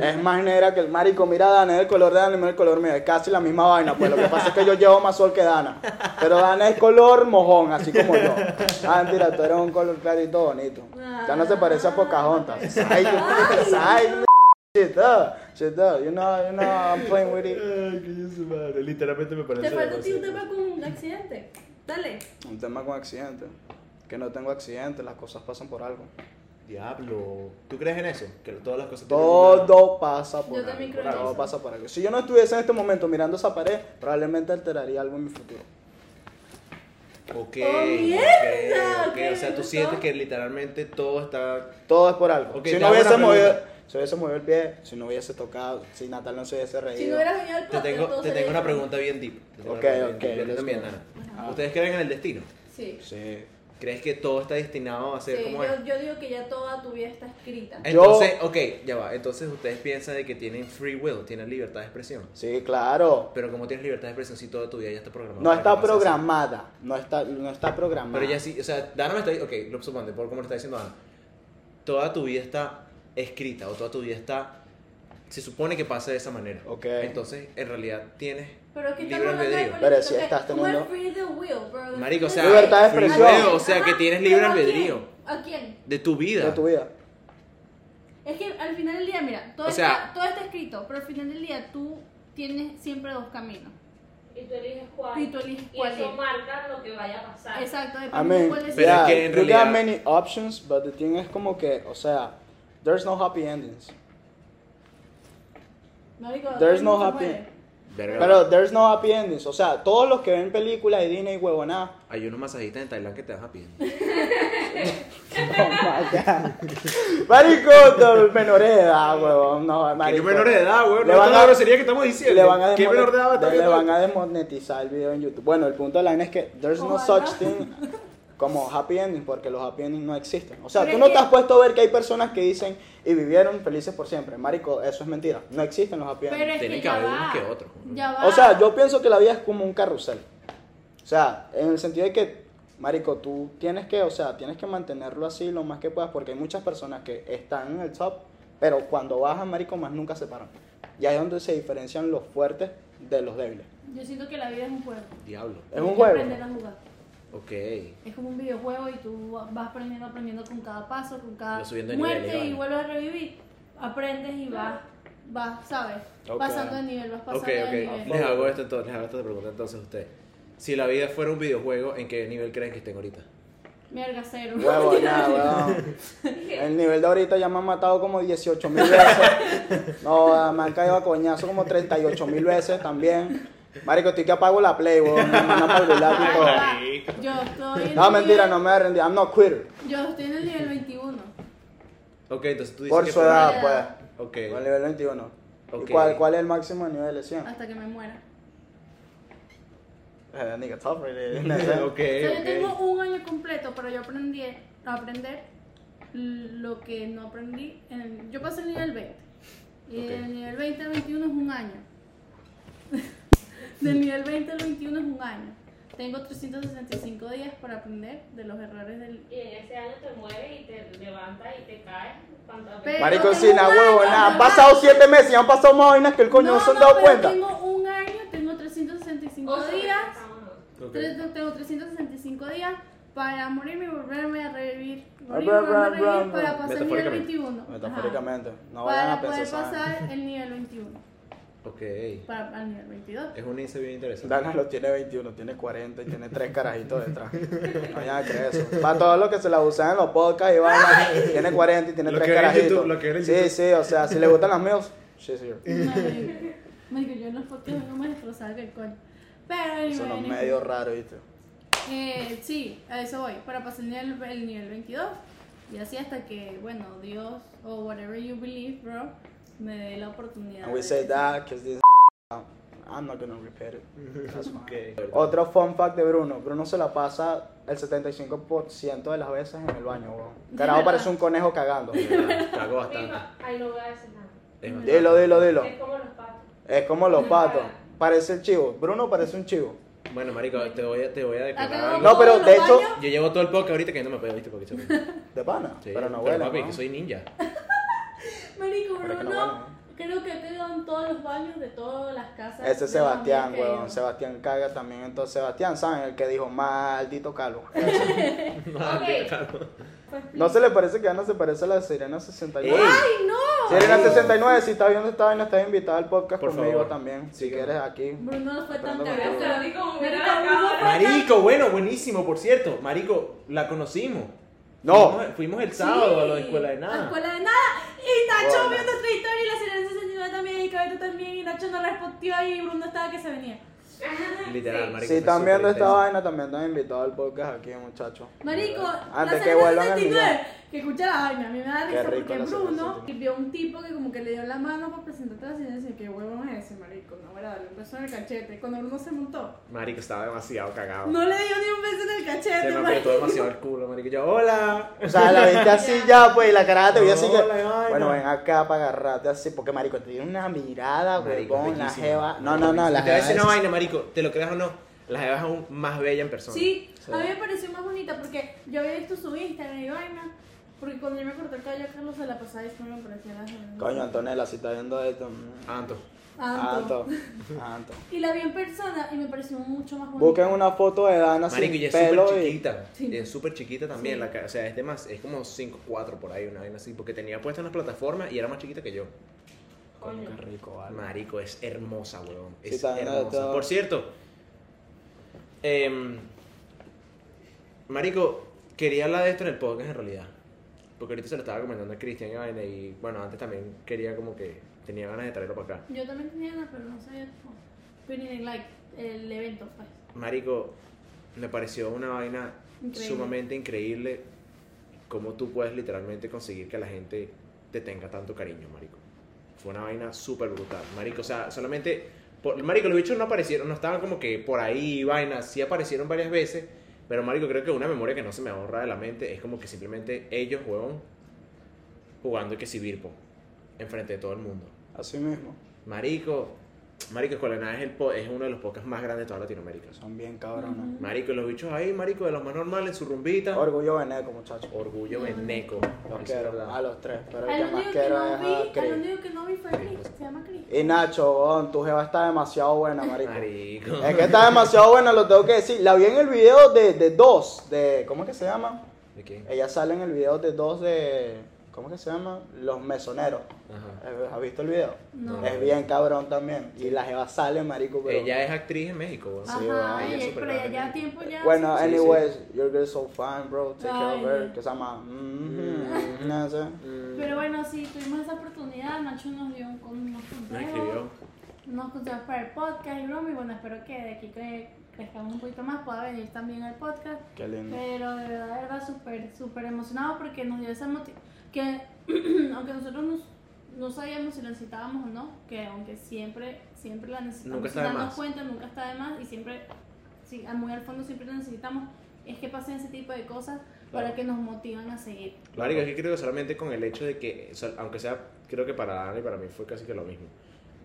es más negra que el marico. Mira, Dana es el color de Dana y no es el color mío. Es casi la misma vaina. Pues lo que pasa es que yo llevo más sol que Dana. Pero Dana es color mojón, así como yo. Ah, mentira, tú eres un color clarito bonito. Ya no se parece a Pocahontas. Ay, you fucking- ay, m- shit up. Shit up. You know, you know, I'm playing with it.
Ay, coño su madre. Literalmente me parece.
Te falta a ti un
demasiado.
tema con un accidente. Dale.
Un tema con accidente. Que no tengo accidente, las cosas pasan por algo.
Diablo. ¿Tú crees en eso? Que todas las cosas. tienen
Todo pasa por
Yo
algo.
también creo en
todo
eso.
pasa por algo. Si yo no estuviese en este momento mirando esa pared, probablemente alteraría algo en mi futuro.
una- Ok.
¡Oh,
ok,
mierda!
ok.
¿Qué
O sea, tú
pasó?
sientes que literalmente todo está.
Todo es por algo.
Ok,
si
te
no
hago
hubiese
una
movido,
pregunta.
si hubiese movido el pie, si no hubiese tocado, si Natal no se hubiese reído.
Si no hubieras venido al
Te
podcast,
tengo,
todo
te
sería
tengo una
diferente.
pregunta bien deep. Te tengo una
Ok,
pregunta bien
ok,
deep. Yo
let's
también,
go.
Ana.
Ajá.
¿Ustedes creen en el destino?
Sí.
Sí.
¿Crees que todo está destinado a ser
Sí,
como es?
yo, yo digo que ya toda tu vida está escrita.
Entonces, ok, ya va. Entonces ustedes piensan de que tienen free will, tienen libertad de expresión.
Sí, claro.
Pero como tienes libertad de expresión si toda tu vida ya está programada?
No
para
está
que pase así?
programada. No está, no está programada.
Pero ya sí, o sea, Dana me está ok, lo supongo, por como lo está diciendo Dana, toda tu vida está escrita o toda tu vida está, se supone que pasa de esa manera.
Ok.
Entonces, en realidad tienes
Pero que
libre albedrío.
Pero si estás teniendo-
free the will, bro.
Marico, o sea,
Libertad de
free
expresión.
will, o sea, que
Ajá,
tienes libre
pero ¿a quién?
albedrío
¿A quién?
de tu vida.
De tu vida.
Es que al final del día, mira, todo,
O sea-
está, todo está escrito, pero al final del día tú tienes siempre dos caminos.
Y tú eliges cuál.
Y tú eliges cuál
eso
es.
marca lo que vaya a pasar.
Exacto,
I
depende de
mean,
cuál es.
Pero es
yeah,
que en
you got
realidad-
many options, but the thing es como que, o sea, there's no happy endings.
Marico,
There's no
se
happy-
muere.
Verga.
Pero there's no happy endings. O sea, todos los que ven películas de Disney y huevonadas.
Hay unos masajistas en Tailandia que te dejan pidiendo.
No, marica. Marico, de menor de edad, huevón. No,
Que
marico.
no menor de edad, güey.
Le
No es
van
la
a-
grosería que estamos diciendo.
Le van, a
¿Qué
desmonet-
menor de edad va a estar
le
viendo
van a desmonetizar el video en YouTube. Bueno, el punto de la vaina es que there's no
Ojalá.
such thing como happy ending, porque los happy endings no existen. O sea,
Pero
tú
es
no
que-
te has puesto a ver que hay personas que dicen y vivieron felices por siempre. Marico, eso es mentira. No existen los happy endings.
Pero es
Tiene
que
que
ya
haber
va,
uno que otro.
Ya va.
O sea, yo pienso que la vida es como un carrusel. O sea, en el sentido de que, marico, tú tienes que, o sea, tienes que mantenerlo así lo más que puedas, porque hay muchas personas que están en el top, pero cuando bajan, marico, más nunca se paran. Y ahí es donde se diferencian los fuertes de los débiles.
Yo siento que la vida es un juego.
Diablo.
Es
Hay
un
que
juego.
aprender a jugar.
Ok.
Es como un videojuego y tú vas aprendiendo, aprendiendo con cada paso, con cada
Vas subiendo de
muerte
nivel,
y
Iván.
vuelves a revivir. Aprendes y vas, vas, ¿sabes?
Ok.
Pasando de nivel, vas pasando
Ok,
de
ok.
nivel.
Les hago, esto, entonces- les hago esta pregunta entonces a ustedes. Si la vida fuera un videojuego, ¿en qué nivel creen que estén ahorita?
Mierda, cero.
Huevo, nada, huevón. El nivel de ahorita ya me han matado como 18 mil veces. No, ah, me han caído a coñazo como 38 mil veces también. Marico, estoy que apago la play, weón. Me van a palgular y todo.
Marico.
Yo estoy en
No,
el
mentira,
nivel-
no me voy a rendir. I'm not quitter.
Yo estoy en el nivel 21.
Ok, entonces tú dices
Por
que
su
fuera-
edad, pues.
Ok.
Con el nivel 21.
Ok.
¿Y cuál, cuál es el máximo nivel de lesión?
Hasta que me muera.
Eh, nigga, tough, really.
Ok,
O sea, yo tengo
ok.
un año completo, pero yo aprendí a aprender lo que no aprendí. En el- yo pasé el nivel 20. Y
Ok.
del nivel 20 al 21 es un año. del nivel 20 al 21 es un año. Tengo 365 días para aprender de los errores del...
Y en ese año te mueves y te levantas y te caes. cuantas
eh.
Pero-
veces.
Marico,
tengo
sin la
un año,
huevo, nada. Han
no,
pasado 7 meses y han pasado más vainas que el coño no, se han dado
pero
cuenta.
Tengo un año, tengo 365
O sea,
días.
estamos-
Ok.
Tres- Tengo 365 días para morirme y volverme a revivir.
Ah,
Morirme y volverme a
bra, bra, bra,
revivir
bra.
para pasar el nivel
Metafóricamente.
21. Ajá.
Metafóricamente. No pues, vayan
para
a
poder
pensar. ¿eh? ¿saben?
pasar el nivel 21.
Ok.
Para al nivel 22.
Es un índice bien interesante.
Dana lo tiene 21, tiene 40 y tiene 3 carajitos detrás. No vayan a creer eso. Para todos los que se la usan en los podcasts y vainas, tiene 40 y tiene
Lo
3
que ven en
carajitos.
YouTube, lo que ven en
sí,
YouTube.
sí, o sea, si les gustan las mías, sí, sí.
Marico, Marico, yo en los podcasts vengo más destrozada que el coño. Pero el
Son los
nivel
medios raros, ¿viste?
Eh, sí, a eso voy. Para pasar el nivel, el nivel 22. Y así hasta que, bueno, Dios o whatever you believe, bro, me dé la oportunidad.
And we
de-
say that because this I'm not gonna repeat it. That's fine.
Ok.
Otro fun fact de Bruno. Bruno se la pasa el 75% de las veces en el baño, weón. Carajo parece un conejo cagando.
Cago bastante.
Mira, Ahí no voy a decir nada.
Es bastante.
Dilo, dilo, dilo.
Es como los patos.
Es como los patos. Parece el chivo. Bruno parece un chivo.
Bueno, marico, te voy a, te
Ah,
voy a declarar
Acabo
algo.
No, pero
todos
de
los
hecho-
baños.
Yo llevo todo el podcast ahorita que no me puedo, ¿viste? Porque chamo.
De pana.
Sí,
pero no huele.
papi,
¿no?
que soy ninja.
Marico,
Pero es que no
Bruno,
huele,
creo que quedan todos los baños de todas las casas.
Ese es
de los
Sebastián,
amigos que
weón.
yo-
Sebastián caga también. Entonces, Sebastián, ¿saben? El que dijo, maldito calo. ¿No se le parece que Ana se parece a la Serena 69?
Ey.
¡Ay, no!
Serena 69, si estás viendo esta vaina, estás invitada al podcast
Por
conmigo
favor.
también. Si
Sí, claro.
quieres, aquí.
Bruno no fue tan
Esperando
cagado.
contigo.
Pero digo,
Marico,
como mira la
Bruno
cámara.
Marico, bueno, buenísimo, por cierto. Marico, la conocimos.
No.
Fuimos, fuimos el sábado
Sí,
a la escuela de
a
nada.
escuela de nada. Y Nacho
Hola.
vio nuestra historia y la silencio se sentía también y Cabeto también. Y Nacho no respondió y Bruno estaba que se venía.
Literal, marico.
Si
fue
están viendo
súper
esta
intenso.
vaina, también nos han invitado al podcast aquí, muchachos.
Marico,
antes
la
que
serie
vuelvan a
79,
mirar.
que escucha la vaina, a mí me da
Qué
risa
rico
porque
la serie
Bruno
79.
vio un tipo que como que le dio la mano para presentarte a la serie y dice, qué huevón es ese, marico, no, verdad, le empezó en el cachete, cuando Bruno se montó,
Marico, estaba demasiado cagado.
no le dio ni un beso en el
Se
cachete,
me apretó
marico.
demasiado el culo, marico. Yo, hola.
O sea, la viste así ya, pues, y la cara te vio así
Hola,
que.
vaina.
Bueno, ven acá para agarrarte así, porque marico, te dio una mirada,
Marico,
huevón, Ah, la
bellísima.
jeva. No, no, no, la
Te voy a decir una
jeva. es-
vaina, marico. Te lo creas o no, la jeva es aún más bella en persona.
Sí,
Sí.
a mí me pareció más bonita porque yo había visto su Instagram y vaina, porque cuando yo me corté el cabello a Carlos se la pasaba y me parecía la gente.
Coño, Antonella, si estás viendo esto. mm,
Anto.
Anto.
Anto. Anto.
Y la vi en persona y me pareció mucho más bonita.
Busquen una foto de Dana
Marico, y
sin
es súper
pelo y.
chiquita.
Sí.
Y es súper chiquita también.
Sí.
La, ca- o sea, es de más, es como 5'4 por ahí, una vaina así. Porque tenía puesta en las plataformas y era más chiquita que yo.
Coño, qué rico, vale.
Marico, es hermosa, weón.
Sí,
Es
está bien,
hermosa.
está-
Por cierto, em, Marico, quería hablar de esto en el podcast en realidad. Porque ahorita se lo estaba comentando a Cristian y vaina, y bueno, antes también quería como que tenía ganas de traerlo para acá.
Yo también tenía una, pero no sabía cómo. Pero en el like, el evento, pues.
Marico, me pareció una vaina
Increíble.
sumamente increíble cómo tú puedes literalmente conseguir que la gente te tenga tanto cariño, marico. Fue una vaina súper brutal, marico. O sea, solamente... Por, marico, los bichos no aparecieron, no estaban como que por ahí, vaina. Sí aparecieron varias veces, pero marico, creo que una memoria que no se me ahorra de la mente es como que simplemente ellos, huevón, jugando y que si virpo, enfrente de todo el mundo.
Así mismo.
Marico, marico, Escuela de Nada es, el po- es uno de los podcasts más grandes de toda Latinoamérica.
Son bien cabrones.
Ujú.
Marico, y los bichos ahí, marico, de los más normales, en su rumbita.
Orgullo veneco, muchachos.
Orgullo veneco. Eso
Los
es
quiero,
verdad.
a los tres. Pero el
Al
que más
único que,
quiero
no
es a
vi, al
Chris.
único que no vi fue Chris, se llama Chris.
Y Nacho, weón, tu jeva está demasiado buena, marico.
Marico.
Es que está demasiado buena, lo tengo que decir. La vi en el video de, de dos, de. ¿Cómo es que se llama?
¿De quién?
Ella sale en el video de dos de. ¿Cómo es que se llama? Los mesoneros.
Ajá.
Eh, ¿Has visto el video?
No.
Es bien cabrón también. Y la jeva sale, marico, pero.
Ella es actriz en México, weón.
Ah, sí,
Ajá,
va,
y
ella es
él-
súper
pero ya
grande.
ya tiempo ya.
Sí,
Bueno,
sí.
anyways, your girl's so fine, bro. Take care
Ay.
of her. Que se llama. Mhm, no sé.
Pero bueno, sí, tuvimos esa oportunidad. Nacho nos dio un, con- unos consejos.
Me escribió.
Unos consejos para el podcast y broma. Y bueno, espero que de aquí que crezcamos un poquito más pueda venir también al podcast.
Qué lindo.
Pero de verdad, de verdad, súper, súper emocionado porque nos dio esa motivo. Que aunque nosotros nos- no sabíamos si la necesitábamos o no, que aunque siempre, siempre la necesitamos,
Nunca está
sin
de
darnos
más.
cuenta, nunca está de más y siempre, sí, a muy al fondo siempre la necesitamos. Es que pasen ese tipo de cosas para que nos motivan a seguir.
Marico, es que creo que solamente con el hecho de que, o sea, aunque sea, creo que para Dani y para mí fue casi que lo mismo.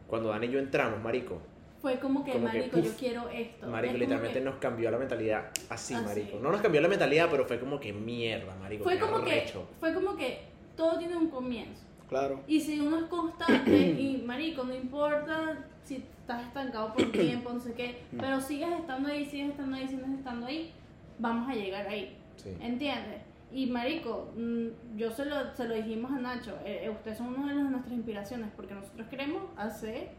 Cuando Dani y yo entramos, marico,
Fue como que,
Como que,
marico, yo
puf,
quiero esto. Es
marico,
como
literalmente
que-
nos cambió la mentalidad así,
Así.
marico. No nos cambió la mentalidad, pero fue como que mierda, marico.
Ah, fue
qué
como que,
arrecho.
fue como que todo tiene un comienzo.
Claro.
Y si uno es constante y marico, no importa si estás estancado por un tiempo, no sé qué, pero sigues estando ahí, sigues estando ahí, sigues estando ahí, vamos a llegar ahí,
Sí.
¿entiendes? Y marico, mm, yo se lo, se lo dijimos a Nacho, eh, eh, ustedes son una de las- nuestras inspiraciones porque nosotros queremos hacer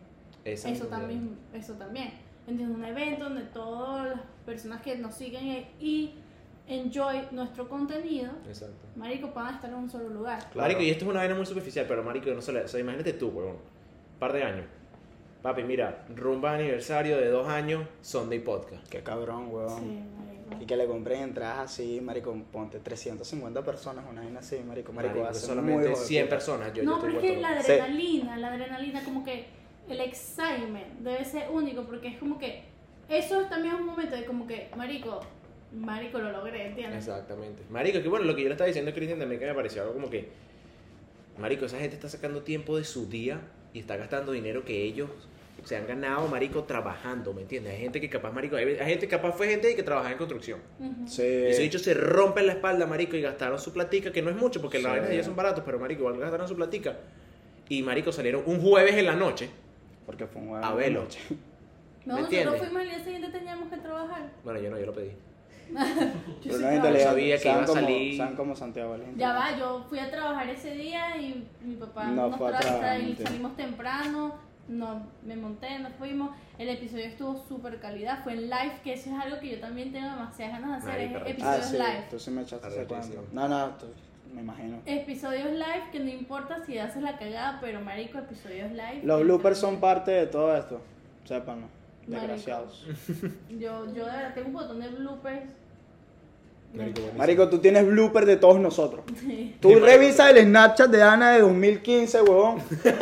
Esa
eso
mentalidad.
también, eso también. ¿Entiendes? Un evento donde todas las personas que nos siguen eh, y enjoy nuestro contenido,
Exacto.
marico, van a estar en un solo lugar.
Claro.
Marico, y esto es una vaina muy superficial, pero marico, no se le... O sea, imagínate tú, huevón. Par de años. Papi, mira, rumba de aniversario de dos años, Sunday Podcast.
Qué cabrón, weón.
Sí, marico.
Y que le compren entradas así, marico, ponte 350 personas, una vaina así, marico, marico, va a ser muy
solamente
hijo de
100
puta.
personas. Yo,
No,
yo estoy
pero es que
vuelto
la
loco.
Sí.
adrenalina, la adrenalina, como que el excitement debe ser único, porque es como que eso es también un momento de como que, marico, marico, lo logré, ¿entiendes?
Exactamente. Marico, que bueno, lo que yo le estaba diciendo a Cristian también que me pareció algo como que... Marico, esa gente está sacando tiempo de su día y está gastando dinero que ellos se han ganado, marico, trabajando, ¿me entiendes? Hay gente que capaz, marico, hay, hay gente que capaz fue gente que trabajaba en construcción.
Ujú.
Y esos
Sí.
bichos se rompen la espalda, marico, y gastaron su platica, que no es mucho, porque las
Sí.
vainas de ellos son baratos, pero marico, igual gastaron su platica. Y marico, salieron un jueves en la noche
Porque fue un huevo.
a velo.
No,
¿Me
nosotros
entiendes?
fuimos el día siguiente teníamos que trabajar.
Bueno, yo no, yo lo pedí.
Yo
Pero
sí
no es
trabajé.
inteligente,
sabía que
sean
iba a
como-
salir.
Sean como Santiago Valentín.
Ya va, yo fui a trabajar ese día y mi papá
No
nos
fue a
trajo
trabajar,
y
mentira.
salimos temprano, nos, me monté, nos fuimos. El episodio estuvo súper calidad, fue en live, que eso es algo que yo también tengo demasiadas ganas de hacer,
Marico,
es
Ah,
episodios
sí,
live.
tú sí me echaste ese
Arrechísimo.
cuento. No, no, tú- me imagino.
Episodios live que no importa si haces la cagada, pero marico, episodios live.
Los bloopers son parte de todo esto, sépanlo. Desgraciados.
Yo, yo de verdad tengo un botón de bloopers.
Marico, buenísimo.
Marico, tú tienes bloopers de todos nosotros. Tú revisas el Snapchat de Ana de 2015, huevón,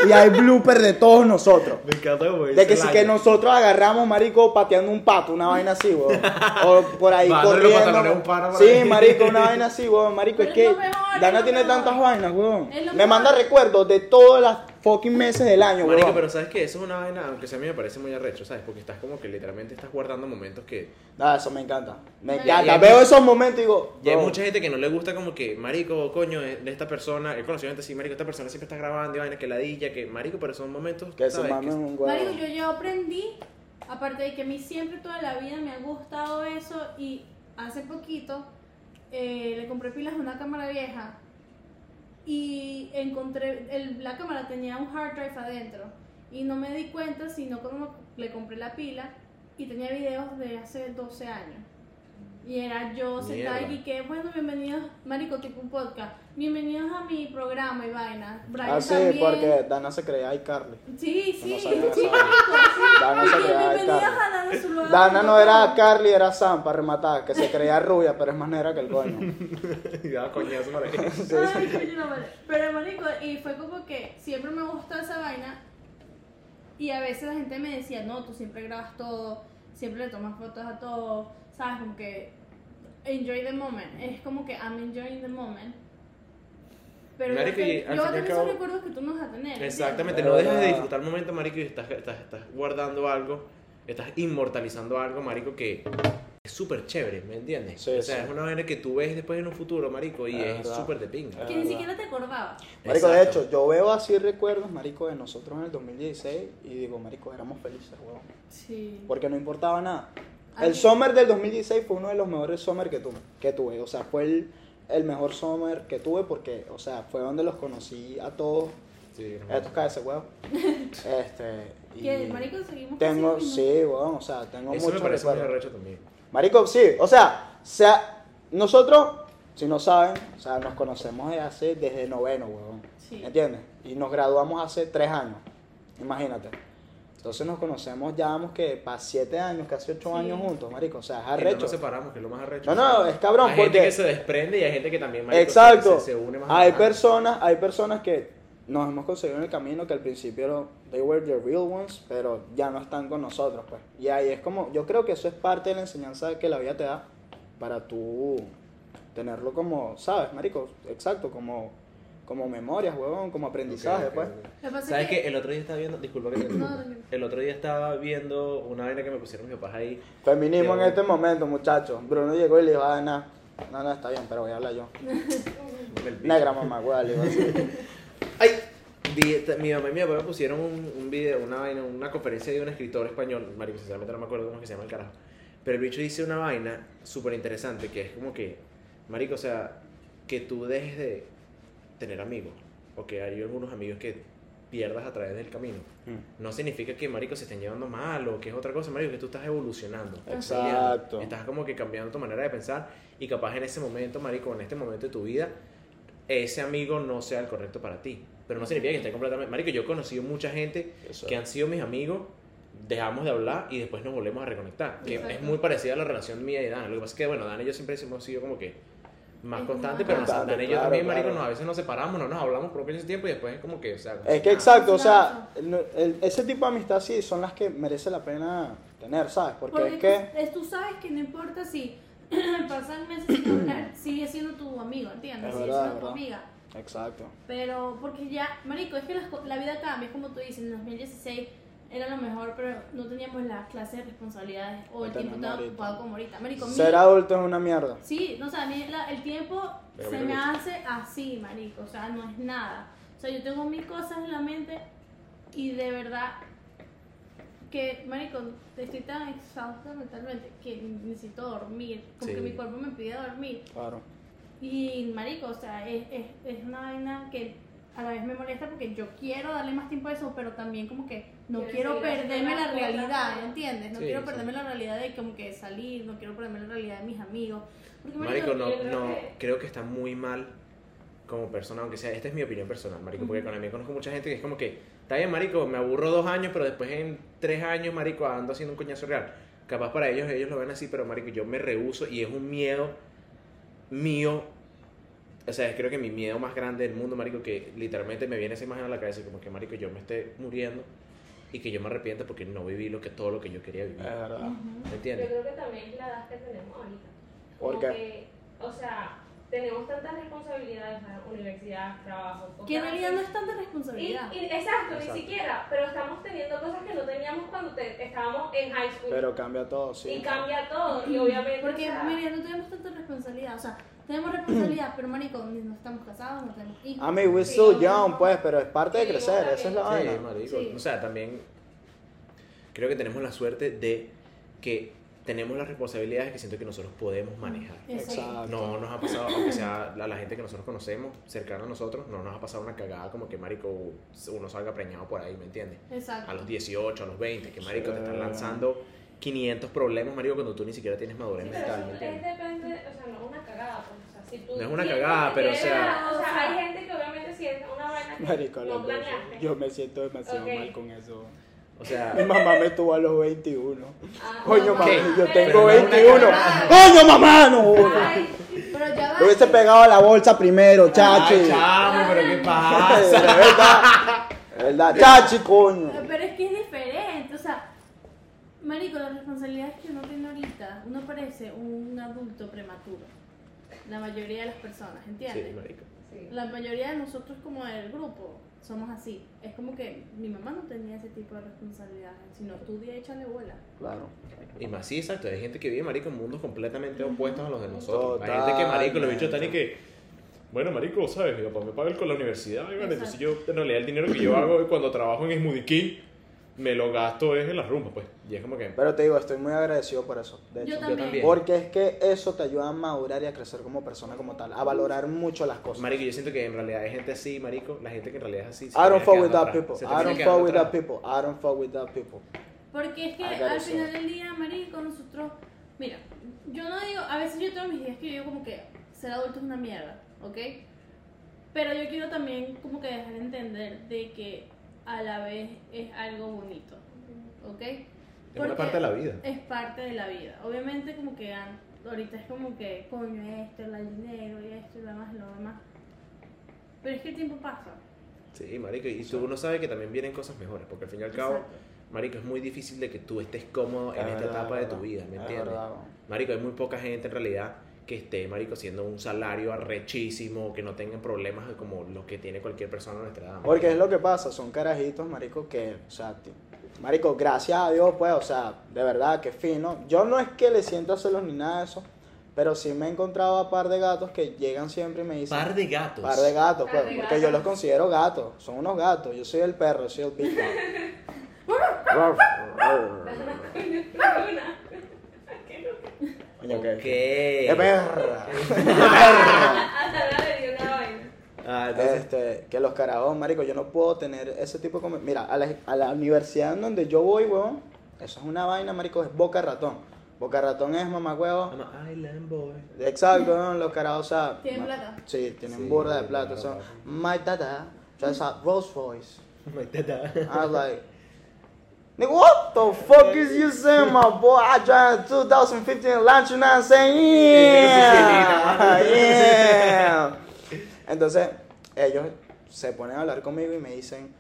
y hay bloopers de todos nosotros.
Me encanta como
De
dice
que si
Laya.
que nosotros agarramos, marico, pateando un pato, una vaina así, weón. O por ahí
Dándole los pantalones
corriendo.
a un pana por
sí,
ahí.
marico, una vaina así, weón. Marico,
Pero
es
es
que
lo mejor, es
Dana
lo
tiene
mejor.
tantas vainas, weón.
Es lo
Me
mejor.
manda recuerdos de todas las fucking meses del año,
Marico,
weón.
pero sabes que eso es una vaina, aunque sea a mí me parece muy arrecho, ¿sabes? Porque estás como que literalmente estás guardando momentos que.
Ah, eso me encanta. Me
Ya,
encanta.
ya,
Veo
ya.
esos momentos y digo. "Oh,
Ya hay
bro,
mucha gente que no le gusta como que, marico, coño, eh, de esta persona, he conocido gente así, marico, esta persona siempre está grabando y vaina que ladilla, que marico, pero son momentos
Que se
¿sabes?
mamen un
Marico,
huevo.
yo ya aprendí, aparte de que a mí siempre toda la vida me ha gustado eso y hace poquito eh, le compré pilas a una cámara vieja y encontré, el- la cámara tenía un hard drive adentro y no me di cuenta sino como le compré la pila y tenía videos de hace 12 años. Y era yo sentada
Mierda.
y que, bueno, bienvenidos, Marico, tipo un podcast, bienvenidos a mi programa y vaina. Brian
Ah, sí,
también.
porque Dana se creía iCarly.
Sí, sí,
No
sí,
sabía,
sí,
no
marico,
Dana
sí.
se
Y que
creaba de
bienvenidas
Carlos.
a Dana Zuluaga.
Dana no era Carly, era Sam para rematar, que se creía rubia, pero es más negra que el coño.
Y daba coñazo por ahí.
Ay, coño, la madre. Pero marico, y fue como que siempre me gustó esa vaina. Y a veces la gente me decía, no, tú siempre grabas todo, siempre le tomas fotos a todo, sabes, como que enjoy the moment. Es como que I'm enjoying the moment. Pero
Marico,
yo,
y
yo
al fin y
voy a
al
tener
cabo-
esos recuerdos que tú no vas a tener. ¿entiendes?
Exactamente,
Pero
no dejas
nada.
de disfrutar el momento, marico, y estás, estás, estás guardando algo, estás inmortalizando algo, marico, que es súper chévere, ¿me entiendes?
Sí,
o sea,
sí.
es una vaina que tú ves después en un futuro, marico, y
Es
es
verdad.
súper de pinga.
Que ni siquiera te acordabas.
Marico, de
Exacto.
hecho, yo veo así recuerdos, marico, de nosotros en el 2016 y digo, marico, éramos felices, huevón.
Sí.
Porque no importaba nada.
Ay.
El summer del 2016 fue uno de los mejores summer que, tu- que tuve. O sea, fue el, el mejor summer que tuve porque, o sea, fue donde los conocí a todos.
Sí, hermano.
Estos cabezas, huevón. Este. y
Que marico seguimos
Tengo,
casi-
sí, huevón, o sea, tengo
Eso me
muchos
parece muy
recuerdos.
arrecho también.
Marico, sí, o sea, sea, nosotros, si no saben, o sea, nos conocemos desde hace, desde noveno, huevón.
Sí.
¿Me ¿Entiendes? Y nos graduamos hace tres años, imagínate. Entonces nos conocemos ya vamos que para siete años, casi ocho
Sí.
años juntos, marico, o sea, es
Y no
arrecho.
nos separamos, que es lo más arrecho.
No, no, es cabrón,
Hay
porque...
gente que se desprende y hay gente que también, marico, se-
Exacto.
se, se une más.
hay
más.
personas, hay personas que nos hemos conseguido en el camino que al principio no- they were the real ones, pero ya no están con nosotros, pues. Y ahí es como, yo creo que eso es parte de la enseñanza que la vida te da para tú tenerlo como, ¿sabes, marico? Exacto, como como memorias, huevón, como aprendizaje,
Ok, ok,
pues.
ok.
Lo que pasa es
¿Sabes
que-
qué? El otro día estaba viendo, disculpa que te interrumpa.
tranquilo.
el otro día estaba viendo una vaina que me pusieron mis papás ahí.
Feminismo en
Yo-
este momento, muchachos. Bruno llegó y le dijo, ah, nada, no, no, está bien, pero voy a hablar yo.
del bicho.
Negra mamá, huevón, le iba a decir.
Ay, vi- t- mi mamá y mi papá me pusieron un, un video, una vaina, una conferencia de un escritor español, marico, sinceramente no me acuerdo cómo es que se llama el carajo. Pero el bicho dice una vaina súper interesante que es como que, marico, o sea, que tú dejes de tener amigos, o que hay algunos amigos que pierdas a través del camino. No significa que, marico, se estén llevando mal o que es otra cosa, marico, que tú estás evolucionando.
Exacto.
Estás como que cambiando tu manera de pensar y capaz en ese momento, marico, en este momento de tu vida, ese amigo no sea el correcto para ti. Pero no significa que esté completamente... Marico, yo he conocido mucha gente que han sido mis amigos, dejamos de hablar y después nos volvemos a reconectar. Que es
Exacto.
muy parecida a la relación mía y Dan. Lo que pasa es que, bueno, Dan y yo siempre hemos sido como que más
Es
constantes,
más-
pero
Constante,
Dan y yo
claro,
también,
claro.
marico, nos- a veces nos separamos, no nos hablamos por un pequeño tiempo y después es como que, o sea... como
Es
si
que
nada.
exacto, o sea,
Claro.
el- el- ese tipo de amistad sí son las que merece la pena tener, ¿sabes? Porque,
Porque
es que,
tú- es- tú sabes que no importa si pasan meses sin hablar, sigue siendo tu amigo, ¿entiendes?
Es
sigue
verdad,
siendo tu
verdad.
amiga.
exacto,
Pero porque ya, marico, es que las co- la vida cambia, es como tú dices, en 2016 era lo mejor, pero no teníamos las clases de responsabilidades o
No
el tiempo
tenemos
tan
ahorita.
ocupado como ahorita. Marico, mira,
ser adulto es una mierda.
Sí, no, o sea, a mí la- el tiempo
Pero
se
mira
me
mucho.
hace así, marico, o sea, no es nada. O sea, yo tengo mil cosas en la mente y de verdad que, marico, estoy tan exhausta mentalmente que necesito dormir, como
Sí.
que mi cuerpo me pide dormir.
Claro.
Y, marico, o sea, es, es, es una vaina que a la vez me molesta porque yo quiero darle más tiempo a eso, pero también como que no
Quieres
quiero
seguir haciendo
perderme
las
la
cosas.
realidad, ¿me entiendes? No
Sí,
quiero
sí.
perderme la realidad de como que salir, no quiero perderme la realidad de mis amigos. Porque,
Marico, no,
yo creo
no,
que-
creo que está muy mal como persona, aunque sea, esta es mi opinión personal, marico, porque con la mía conozco mucha gente que es como que, está bien, marico, me aburro dos años, pero después en tres años, marico, ando haciendo un coñazo real. Capaz para ellos, ellos lo ven así, pero marico, yo me rehuso y es un miedo mío, o sea, creo que mi miedo más grande del mundo, marico, que literalmente me viene esa imagen a la cabeza, como que, marico, yo me esté muriendo y que yo me arrepienta porque no viví lo que, todo lo que yo quería vivir,
Es verdad.
Ujú.
¿me
Yo
entiendes?
creo que también es la edad que tenemos ahorita.
¿Por
Como
qué?
que, o sea, tenemos tantas responsabilidades, o sea, universidad, trabajo. cosas
Que en realidad
así.
no es tanta
Y-
responsabilidad.
y- exacto,
Exacto.
ni siquiera, pero estamos teniendo cosas que no teníamos cuando te- estábamos en high school.
Pero cambia todo, sí.
y cambia todo, y obviamente.
Porque,
o sea,
mi vida, no tenemos tanta responsabilidad. O sea, tenemos responsabilidad, pero marico, no estamos casados, no tenemos hijos.
A mí, we're
Sí,
still
obvio.
young, pues, pero es parte de
Sí,
crecer,
obvio.
esa es la
Sí,
vaina.
marico.
Sí.
O sea, también creo que tenemos la suerte de que tenemos las responsabilidades que siento que nosotros podemos manejar.
Exacto.
No nos ha pasado, aunque sea a la gente que nosotros conocemos, cercana a nosotros, no nos ha pasado una cagada como que marico uno salga preñado por ahí, ¿me entiendes?
Exacto.
A los 18, a los 20, que marico te
Sí.
están lanzando 500 problemas, marico, cuando tú ni siquiera tienes madurez
Sí, pero
mental,
eso
¿me
es
entiendes?
depende, o sea, no es una cagada, pues, o sea, si tú
No es una
tienes-
cagada, pero, o
tienes-
sea-
o sea, hay gente que obviamente si es una vaina que
Marico,
no
loco,
planeaste.
yo me siento demasiado
Ok.
mal con eso.
O
Mi
sea,
mamá me tuvo a los 21.
Ah,
Coño,
no,
mamá,
no,
yo
pero-
tengo
Pero no una
21.
cagada.
Coño, mamá, no jodas.
Ay, pero ya va.
Lo hubiese pegado a la bolsa primero, chachi.
Ay, chamo, pero qué
De
pasa?
verdad, de verdad, chachi, coño.
Pero es que es diferente, o sea, marico, las responsabilidades que uno tiene ahorita, uno parece un adulto prematuro. La mayoría de las personas,
Sí,
¿entiendes?
marico.
sí.
la mayoría de nosotros como del grupo somos así. Es como que mi mamá no tenía ese tipo de responsabilidades, sino tú de échale bola.
Claro.
Y más, sí, exacto. Hay gente que vive, marico, en mundos completamente opuestos a los de nosotros. Hay gente que,
Totalmente.
marico, los bichos están y que... Bueno, marico, ¿sabes? Mi papá me paga el con la universidad. y bueno,
Exacto.
entonces yo, en realidad, el dinero que yo hago cuando trabajo en Smoothie King, me lo gasto es en las rumbas, pues. Y es como que...
Pero te digo, estoy muy agradecido por eso. De hecho.
yo también.
también.
Porque es que eso te ayuda a madurar y a crecer como persona como tal, a valorar mucho las cosas.
Marico, yo siento que en realidad hay gente así, marico. La gente que en realidad es así. se
I
termina
don't fuck with
quedando
that
atrás.
people.
Se
I
termina
don't
quedando
fuck with
atrás.
that people. I don't fuck with that people.
Porque es que
Ah,
I gotta
al
say.
final del día, marico, nosotros, mira, yo no digo, a veces yo tengo mis días que yo digo como que ser adulto es una mierda, ¿ok? Pero yo quiero también como que dejar entender de que a la vez es algo bonito, ¿ok?
Es una parte de la vida.
Es parte de la vida. Obviamente como que an- ahorita es como que, coño, esto, el dinero y esto y lo demás, lo demás. Pero es que el tiempo pasa.
Sí, marico. Y tú uno sabe que también vienen cosas mejores. Porque al fin y al cabo,
Exacto.
marico, es muy difícil de que tú estés cómodo en
Es
esta
verdad,
etapa de
es
tu
verdad.
vida, ¿me
Es
entiendes?
verdad, weón.
Marico, hay muy poca gente en realidad que esté, marico, haciendo un salario arrechísimo, que no tengan problemas como los que tiene cualquier persona de nuestra edad. marico.
Porque es lo que pasa, son carajitos, marico, que, o sea, ti- marico, gracias a Dios, pues, o sea, de verdad, que fino. Yo no es que le siento celos ni nada de eso, pero sí me he encontrado a par de gatos que llegan siempre y me dicen...
Par de gatos.
Par de gatos, pues,
Par de
porque
gatos.
yo los considero gatos, son unos gatos, yo soy el perro, yo soy el pitbull.
Una.
Coño, qué-
¿Qué?
¡Qué perra!
Hasta ahora le dio una vaina.
Ah, entonces,
Este, que los carajos, marico, yo no puedo tener ese tipo de... come- Mira, a la, a la universidad en donde yo voy, huevón, eso es una vaina, marico, es boca ratón. Boca ratón es mamá huevo.
I'm a island boy.
Exacto, huevón, los carajos, o sea...
Tienen
ma-
plata.
Sí, tienen
Sí,
burda de plata,
claro,
son...
papi.
My dada, drives a Rolls Royce.
My tata.
I was like... Nigga, what the fuck is you saying, my boy? I drive a 2015 Lancho, you know what I'm saying? Yeah, yeah. Entonces, ellos se ponen a hablar conmigo y me dicen,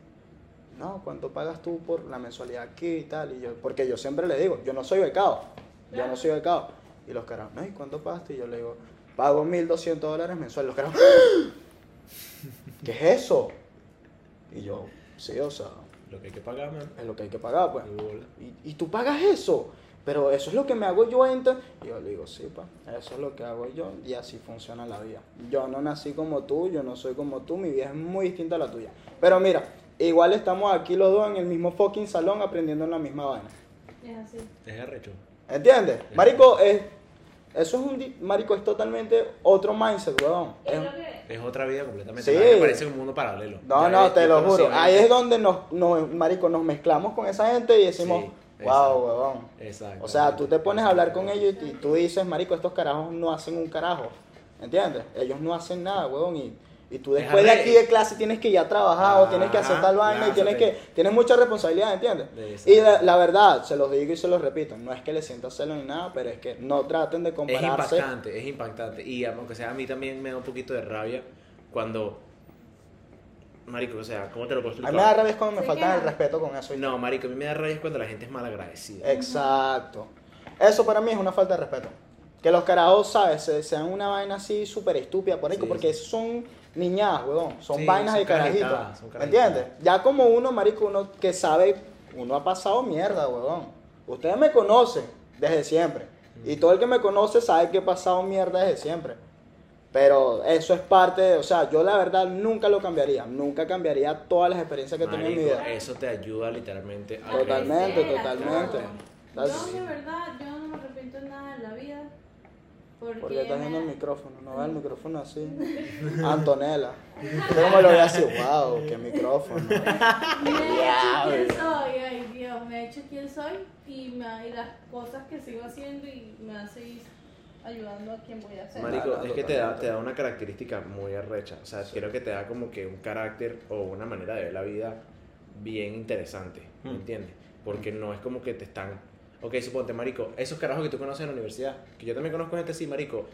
no, ¿cuánto pagas tú por la mensualidad aquí y tal? Y yo, porque yo siempre le digo, yo no soy becado, yo no soy becado. Y los caras, no, ¿y cuánto pagas tú? Y yo le digo, pago 1.200 dólares mensual. Los caras, "¡Ah! ¿qué es eso? Y yo, sí, o sea,
Lo que hay que pagar, man.
es lo que hay que pagar, pues.
Y bola.
¿Y, y tú pagas eso? Pero eso es lo que me hago yo entonces. Y yo le digo, sí, pa, eso es lo que hago yo y así funciona la vida. Yo no nací como tú, yo no soy como tú, mi vida es muy distinta a la tuya. Pero mira, igual estamos aquí los dos en el mismo fucking salón aprendiendo la misma vaina.
Es así.
Es arrecho.
¿Entiendes? Marico, es, eso es un, di- marico, es totalmente otro mindset, weón.
Es
Es-
lo que.
Es otra vida completamente.
Sí.
A mí Me parece un mundo paralelo.
no,
Ya
no,
ves,
te
yo
lo
conocí
juro.
a
Ahí
gente-
es donde nos, nos, marico, nos mezclamos con esa gente y decimos,
Sí,
wow,
exacto.
weón.
Exacto.
O sea, tú te pones a hablar con ellos y, y tú dices, marico, estos carajos no hacen un carajo. ¿Entiendes? Ellos no hacen nada, huevón. Y Y tú después de
Déjame.
aquí de clase tienes que ir a trabajar o tienes que hacer
Ajá,
tal vaina y tienes
lánzate.
que tienes mucha responsabilidad, ¿entiendes?
Exacto.
Y la, la verdad, se los digo y se los repito, no es que le sienta celo ni nada, pero es que no traten de
Es
compararse.
impactante, es impactante. Y aunque sea a mí también me da un poquito de rabia cuando. Marico, o sea, ¿cómo te lo puedo
a
explicar?
mí me da rabia es cuando me
Se
faltan el
quejan.
respeto con eso. y-
Pues No, Marico, a mí me da rabia es cuando la gente es malagradecida.
Eh, Exacto. Eso para mí es una falta de respeto. Que los carajos, ¿sabes? Se- Sean una vaina así súper estúpida, por ahí,
Sí.
porque son niñadas, huevón. Son
Sí,
vainas
son
de carajito.
carajitadas, son
¿Me
carajitadas.
entiendes? Ya como uno, marico, uno que sabe, uno ha pasado mierda, huevón. Ustedes me conocen desde siempre.
Mm.
Y todo el que me conoce sabe que he pasado mierda desde siempre. Pero eso es parte de, o sea, yo la verdad nunca lo cambiaría. Nunca cambiaría todas las experiencias que he tenido en mi
Marico,
vida.
eso te ayuda literalmente a
Totalmente,
crecer, a
totalmente.
todo.
That's-
Yo, de verdad, yo no me arrepiento de nada en la vida. Porque,
Porque estás viendo el
me-
micrófono, no veas el micrófono así. Antonella. Yo me lo veo así, wow, qué micrófono.
Me ha hecho
Diablo.
quien soy, ay Dios, me ha hecho quien soy y, me ha- y las cosas que sigo haciendo y me hace ir ayudando a quien voy a ser.
Marico,
Claro,
es que te da,
totalmente.
te da una característica muy arrecha. O sea, creo que te da como que un carácter o una manera de ver la vida bien interesante. ¿Me
Mm.
entiendes? Porque no es como que te están. Ok, suponte, Marico, esos carajos que tú conoces en la universidad, que yo también conozco gente así, Marico,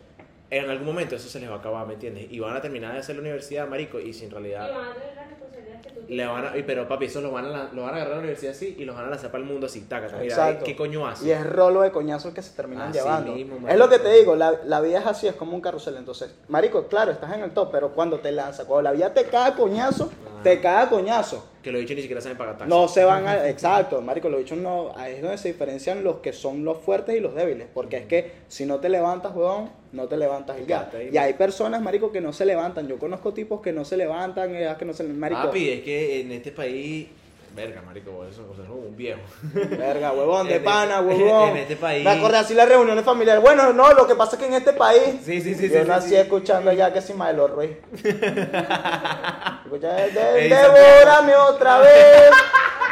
en algún momento eso se les va a acabar, ¿me entiendes? Y van a terminar de hacer la universidad, Marico, y sin
Y
realidad.
van a tener las responsabilidades que tú
Le
tienes.
van a, y pero papi, eso lo van a, la- lo van a agarrar a la universidad así y los van a lanzar para el mundo así, taca, mira,
Exacto.
¿qué coño hace?
Y es rolo de coñazos que se terminan
Así
llevando.
mismo,
es
marico.
lo que te digo, la, la vida es así, es como un carrusel. Entonces, marico, claro, estás en el top, pero cuando te lanza, cuando la vida te cae a coñazo,
Ajá.
te cae a coñazo.
Que lo he dicho ni siquiera saben pagar taxes.
No se van a. Exacto, Marico, lo dicho, no. Ahí es donde se diferencian los que son los fuertes y los débiles. Porque es que si no te levantas, huevón, no te levantas y ya.
Fíjate ahí, pues.
Y hay personas, Marico, que no se levantan. Yo conozco tipos que no se levantan, edad que no se Marico,
Papi, es que en este país. Verga, marico, eso es como un viejo.
verga, huevón, de
en
pana,
este-
huevón.
en este país-
Me acordé así las reuniones familiares. Bueno, no, lo que pasa es que en este país.
Sí, sí, sí,
Yo
sí,
nací
sí, sí.
escuchando ya que si Maelo Ruiz. Escucha, de-
Ey,
devórame otra vez.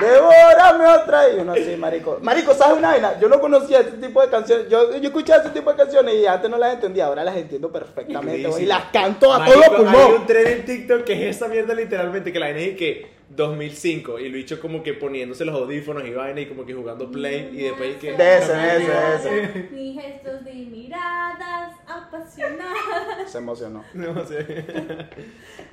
Devórame otra vez. Y uno así, marico. Marico, ¿sabes una vaina? Yo no conocía este tipo de canciones. Yo, yo escuchaba este tipo de canciones y antes no las entendía. Ahora las entiendo perfectamente.
Durísimo.
Y las canto a
Marico,
todo
Hay
pulmón.
un tren en TikTok que es esa mierda literalmente, que la vaina es que 2005 y lo hizo como que poniéndose los audífonos y vaina y como que jugando play y después que.
De ese, de ese, de ese.
Ni gestos ni miradas apasionadas.
Se emocionó.
No sé.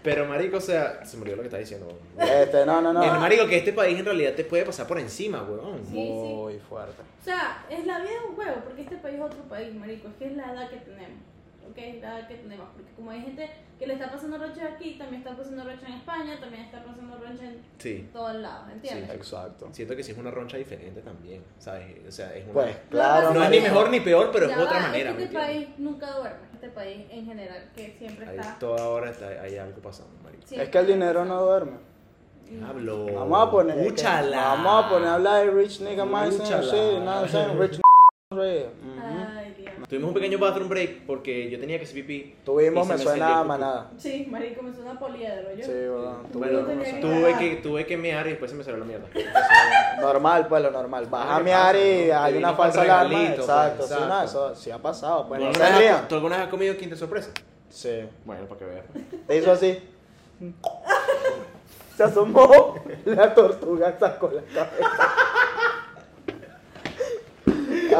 Pero marico, o sea, se me olvidó lo que estaba diciendo. weón.
Este, no, no,
El
no.
marico, que este país en realidad te puede pasar por encima, weón.
Sí, sí.
Muy fuerte.
O sea, es la vida es un juego, porque este país es otro país, marico. Es que es la edad que tenemos. ¿Ok? Es la edad que tenemos. Porque como hay gente que le está pasando rocha aquí, también está pasando rocha en España, también está pasando rocha en
Sí.
todos lados, ¿entiendes?
Exacto.
Siento que sí es una roncha diferente también, ¿sabes? O sea, es una.
Pues, claro.
No es ni
marico.
mejor ni peor, pero es
Ya
de otra
va,
manera.
es que
¿me
Este
entiendes?
país nunca duerme. Este país en general, que siempre
Ahí
está.
toda hora está, hay algo pasando, marico.
siempre-
Es que el dinero no duerme.
Hablo.
Vamos a poner.
Escúchala.
Vamos a poner a hablar de Rich Nigga Mike.
Escúchala.
Sí, nada, sí, Rich Nigga
Ay, Dios.
Tuvimos un pequeño bathroom break porque yo tenía que hacer pipí.
Tuvimos,
Y se
me
me
suena
salió.
a manada.
Sí, marico, me suena a poliedro. Yo.
Sí, weón.
Bueno,
Tuvimos, me
tenía
suena.
tuve que, tuve que mear y después se me salió la mierda.
Normal, pues lo normal. Baja
Lo
a
que
miar
pasa,
y
¿no?
hay
Te vino
una
con
falsa alarma.
regalito, pues,
Exacto, sí,
exacto.
no, eso sí ha pasado. Pues
¿Tú
no
alguna
se
vez-
rían.
¿Tú alguna vez has comido Kinder Sorpresa?
Sí.
Bueno, para que veas.
Te hizo así. Se asomó. La tortuga sacó la cabeza.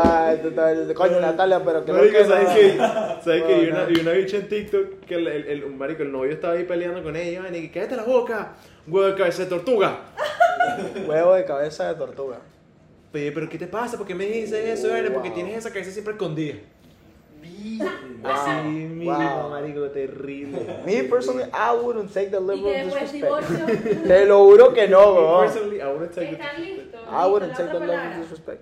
Ay, tú estás- Coño, Natalia, pero que
Marico,
que
¿sabes
no.
qué? ¿Sabes qué? Y
Bueno.
una, y una bicha en TikTok que el, el, el- un marico, el novio estaba ahí peleando con ella y vaina, y que cállate la boca, huevo de cabeza de tortuga.
Huevo de cabeza de tortuga.
Oye, pero ¿qué te pasa? ¿Por qué me dices eso, vaina? Porque
Wow.
tienes esa cabeza siempre escondida. Así
Wow.
mismo,
Wow.
marico, terrible.
Me personally, I wouldn't take the
Y que
liberal
después
disrespect.
divorcio.
Te lo juro que no,
Me
weón.
personally, I wouldn't take it.
Están listos.
I wouldn't take
Listo, la
the
otra palabra.
liberal disrespect.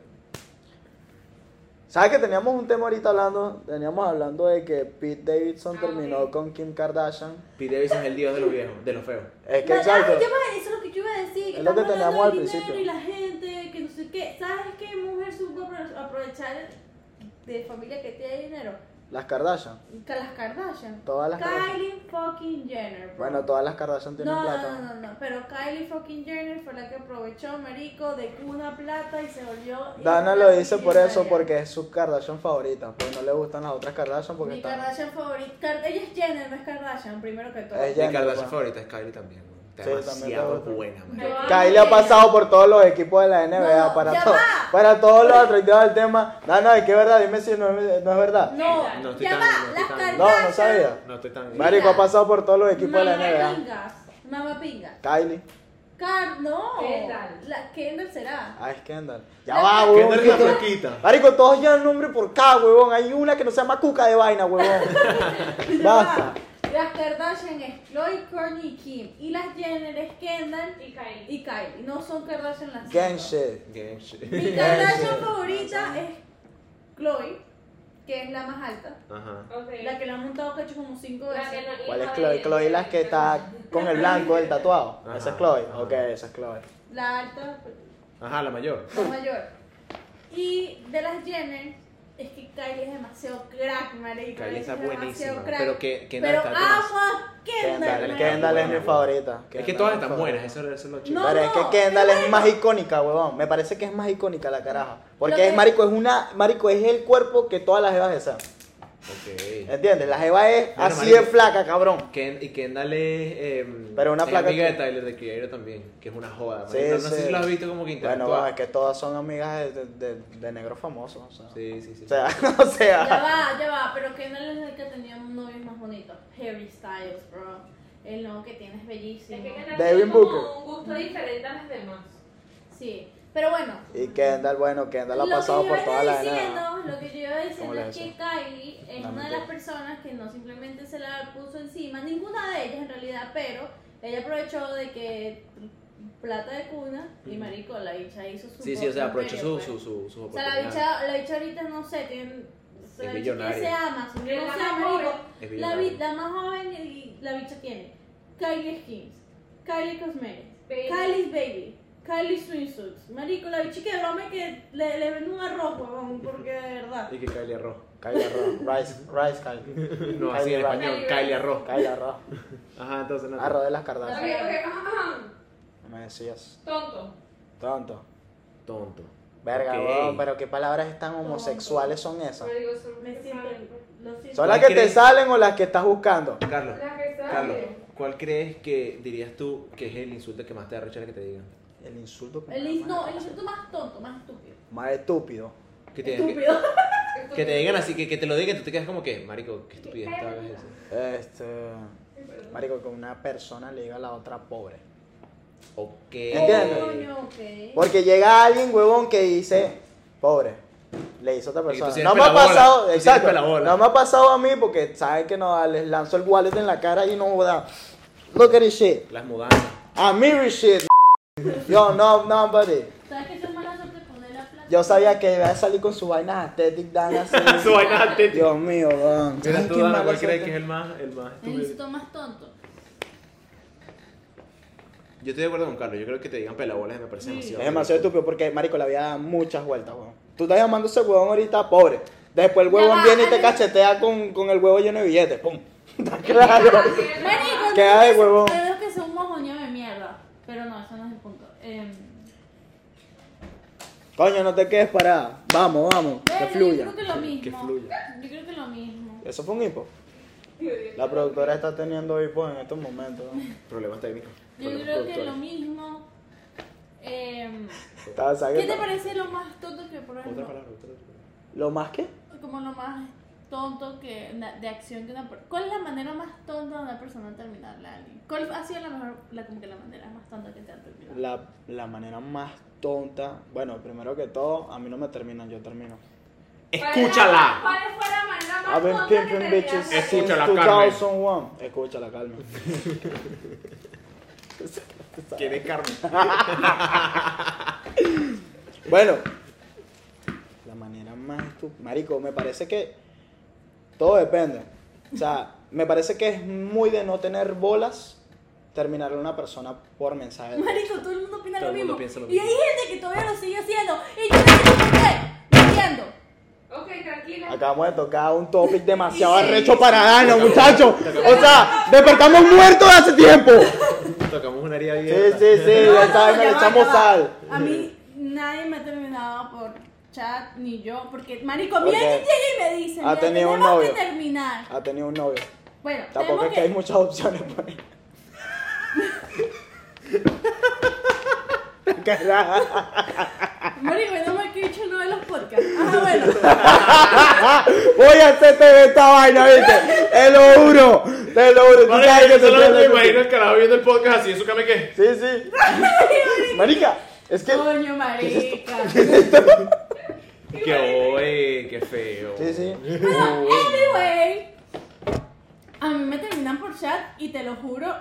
¿Sabes que teníamos un tema ahorita hablando? Teníamos hablando de que Pete Davidson
Ah,
terminó
ok.
con Kim Kardashian.
Pete Davidson es el dios de los viejos, de los feos.
Es que
Vale,
exacto.
ah, ya va, eso es lo que yo iba a decir.
Es lo que
estamos hablando
teníamos al
del dinero
principio.
Y la gente, que no sé qué. ¿Sabes qué mujer supo apro- aprovechar de familia que tiene dinero?
Las Kardashian.
Ca- Las Kardashian.
Todas las Kardashian.
Kylie fucking Jenner. bro.
Bueno, todas las Kardashian tienen
no,
plata.
no, no, no, no, pero Kylie fucking Jenner fue la que aprovechó, marico, de una plata y se volvió...
Dana lo dice por eso,
millonaria.
porque es su Kardashian favorita. Pues no le gustan las otras Kardashian porque
Mi
están-
Kardashian favorita... Kar- Ella es Jenner, no es Kardashian, primero que todo.
Es
Mi
Jenner,
Kardashian
pues.
favorita es Kylie también, güey. Está
Sí, también te
demasiado
gusta.
buena, man.
Yo-
Kylie ha pasado por todos los equipos de la NBA
No,
para,
ya
todo,
va.
para todos los atractivos del tema. No, no, es que es verdad, dime si no, es- no es verdad.
No,
No estoy
ya
tan-
va,
no
las
estoy tan-
Kardashian...
No, no sabía.
No estoy tan...
Marico ha pasado por todos los equipos de la NBA.
Mamapingas, mamapingas.
Kylie,
Car, no.
Kendall.
La Kendall será.
ah, es Kendall. Ya
La-
va, huevón.
Kendall es la flaquita.
Marico, todos llevan nombre por K, huevón. Hay una que no se llama Cuca de vaina, huevón. Basta.
Las Kardashian es Chloe, Kourtney y Kim. Y las Jenner es Kendall
Y Kylie.
y Kylie. No son Kardashian las
Gang
cinco.
shit.
Gang shit.
Mi Kardashian favorita es Chloe, que es la más alta.
Ajá.
Ok.
La que la han montado cacho como cinco
La que
veces.
no-
¿Cuál es
hija
Chloe?
de-
Chloe es la que está con el blanco, el tatuado.
Ajá,
esa es Chloe.
ajá.
Ok, esa es Chloe.
La alta,
Ajá, la mayor.
la mayor. Y de las Jenner, es que Kylie es demasiado crack, marico.
Kylie está
es demasiado
buenísima.
crack.
Pero que Kendall
Pero
está demasiado-
amo a Kendall.
Kendall,
marico.
Kendall es mi
buena,
favorita.
es que
Kendall
todas
mi
están
favorita.
buenas, eso, eso es lo chido.
No,
Pero es que
no,
Kendall
qué
es
bueno.
más icónica, huevón. Me parece que es más icónica la caraja. Porque
Lo que-
es marico, es una, marico, es el cuerpo que todas las jevas desean.
Ok.
¿Entiendes? La jeva es
Bueno,
así
marico.
de flaca, cabrón.
Ken- y Kendall es. eh,
Pero una
es
placa
amiga
que-
de Tyler de Creator también, que es una joda.
Sí,
marico. no, sé
sí.
si lo has visto como que
Bueno,
interactúa.
va, es que todas son amigas de, de, de- de negros famosos. O sea,
Sí, sí, sí.
o sea, o sea,
Ya va, ya va, pero Kendall es el que tenía un novio más bonito. Harry Styles, bro. El novio que tiene es bellísimo.
Es que Kendall
Devin
tiene como
Booker.
un gusto diferente a las demás.
Sí, pero bueno.
Y Kendall, bueno, Kendall ha
lo que
pasado
yo
por
iba
toda la
diciendo, Lo que yo iba
¿Cómo
diciendo
le
es que
decía?
Kylie es una
No,
de
mentira.
las personas que no simplemente se la puso encima, ninguna de ellas en realidad, pero ella aprovechó de que plata de cuna y marico, la bicha hizo su
sí, sí, o sea,
propio
aprovechó su,
imperio,
su,
pues.
su, su
O sea, la
oportunidad.
bicha, la bicha ahorita no sé, tiene... o sea,
Es
la bicha que se
billonaria.
ama, si no se
Es la
ama,
más joven.
marico,
Es
la,
billonaria.
bi- la más joven y la bicha tiene Kylie Skins, Kylie Cosmetics,
Baby.
Kylie's Baby, Kylie Swimsuits. Marico, la bicha que broma que le, le ven un arroz, huevón, porque de verdad.
Y que Kylie Arroz.
Kylie Arroz, Rice, Rice Kylie.
No, así en
Kylie Arroz.
español,
Kylie
Kylie Arroz.
Kylie Arroz.
Ajá, entonces no.
Arroz de las
Ok,
Kardashian.
ok, ajá, ajá.
No me decías.
Tonto.
Tonto.
Tonto.
Verga,
Ok.
huevón, pero qué palabras tan homosexuales son esas.
Marico, son
Me siento, lo siento.
¿Son las
¿Cuál
que te
crees?
salen o las que estás buscando?
Carlos,
La que sale.
Carlos, ¿cuál crees que dirías tú que es el insulto que más te da rechera que te digan?
El insulto.
El ins- no, el insulto más tonto, más estúpido.
Más estúpido.
Que te, digan que,
Estúpido.
Esto-
que te digan así, que, que te lo digan y tú te quedas como que, marico, qué estupidez esta vez eso.
Este. Marico, que una persona le diga a la otra pobre.
Ok.
Entiendo.
Coño, ok.
Porque llega alguien, huevón, que dice, pobre. Le dice a otra
Y tú
persona.
sigues
No me ha
pelabola, tú
pasado,
sigues
exacto.
pelabola.
No me ha pasado a mí porque saben que no, les lanzo el wallet en la cara y no joda. Look at this shit.
Las mudanzas.
I'm eerie shit. Yo, no, nobody.
¿Sabes que es mala suerte poner la plata?
Yo sabía que iba a salir con su vaina aesthetic, Dan, así.
Su vaina estética.
Dios mío, weón.
Mira
Ay,
tú,
qué
Dana,
mala
¿cuál crees
suerte.
que es el más, el más
El
estúpido?
insulto más tonto.
Yo estoy de acuerdo con Carlos, yo creo que te digan pelabolas me parece
Sí.
demasiado.
Es demasiado estúpido porque, marico, le había dado muchas vueltas, weón. Tú estás llamando a ese huevón ahorita pobre. Después el
Ya
huevón
va,
viene y te
Ale-
cachetea con, con el huevo lleno de billetes. ¡Pum! Está claro.
Marico,
¿Qué
no
hay,
es-
huevón?
Pero es que son un mojoño de mierda. Pero no, eso no es el punto. Eh,
Coño, no te quedes parada. Vamos, vamos. Que
bueno,
fluya.
Yo creo que lo mismo.
Que fluya.
Yo creo que lo mismo.
Eso fue un hipo. La productora está teniendo hipo en estos momentos. weón.
Problemas técnicos.
Yo
problemas
creo que lo
productuales.
mismo. Eh,
Estaba sabiendo.
¿Qué te parece lo más tonto que por
Otra
ejemplo?
palabra, otra palabra.
¿Lo más qué?
Como lo más tonto que na- de acción que una per- ¿Cuál es la manera más tonta de una persona de terminarle a alguien? ¿Cuál ha sido la mejor, la, como que la manera más tonta que te han terminado?
La, la manera más tonta. Bueno, primero que todo, a mí no me terminan, yo termino.
¡Escúchala!
¿Cuál fue la manera más
I've been
tonta que
pimping
te
bitches
dijeron?
since
Escúchala, Carmen.
2001. Escúchala, Carmen.
¿Quién es Carmen?
Bueno, la manera más estu- Marico, me parece que todo depende. O sea, me parece que es muy de no tener bolas terminar a una persona por mensaje. de texto.
Marico, todo el mundo opina
Todo
lo
el mundo
mismo.
piensa lo
Y
mismo.
hay gente que todavía lo sigue haciendo. Y yo no sé por qué. No entiendo.
Ok, Ok, tranquila.
Acabamos de tocar un topic demasiado
Sí.
arrecho para Dana, muchachos. O sea, despertamos muertos de hace tiempo.
Tocamos una área
Sí,
abierta.
sí, sí,
No,
ya
no,
saben,
ya
le
va,
echamos
ya va.
sal.
A mí nadie me ha terminado por chat ni yo, porque marico viene
Ok.
y llega y me dice,
Ha
mira,
tenido un
tenemos
novio.
que terminar.
Ha tenido un novio.
Bueno, tenemos
Tampoco es que hay muchas opciones por ahí. Carajo.
Marico, no me he dicho uno de los podcasts. Ah, bueno.
Ah, Voy a hacerte de esta vaina, ¿viste? Te lo juro, te lo juro. Tú sabes que
Marico,
te
solo
estoy
me
hablando.
imagino el carajo viendo el podcast así, eso que me qué.
Sí, sí. Marica, es que.
Coño, marica.
Qué oye, qué feo.
Sí, sí.
Bueno, anyway. A mí me terminan por chat y te lo juro.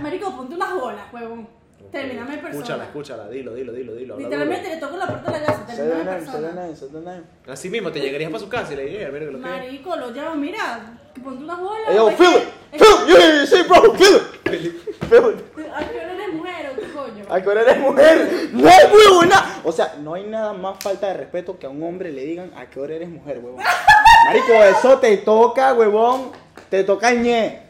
Marico, ponte unas bolas, huevón. Terminame en persona.
Escúchala, escúchala, dilo, dilo, dilo, dilo. habla
Literalmente
duro.
le toco la puerta de la casa,
Say the
terminame en
name, say the
persona.
name, say the name.
Así mismo te llegarías para su casa y le dirías, mira que lo que
Marico, lo llevo, mira, ponte unas bolas.
Hey, yo,
porque-
Philip,
es-
Philip, you hear me say, bro, Philip. Philip.
¿A qué hora eres mujer o qué coño?
Ay, que ahora eres mujer. No, huevo, nada. O sea, no hay nada más falta de respeto que a un hombre le digan a qué hora eres mujer, huevón. Marico, eso te toca, huevón. Te toca ñe.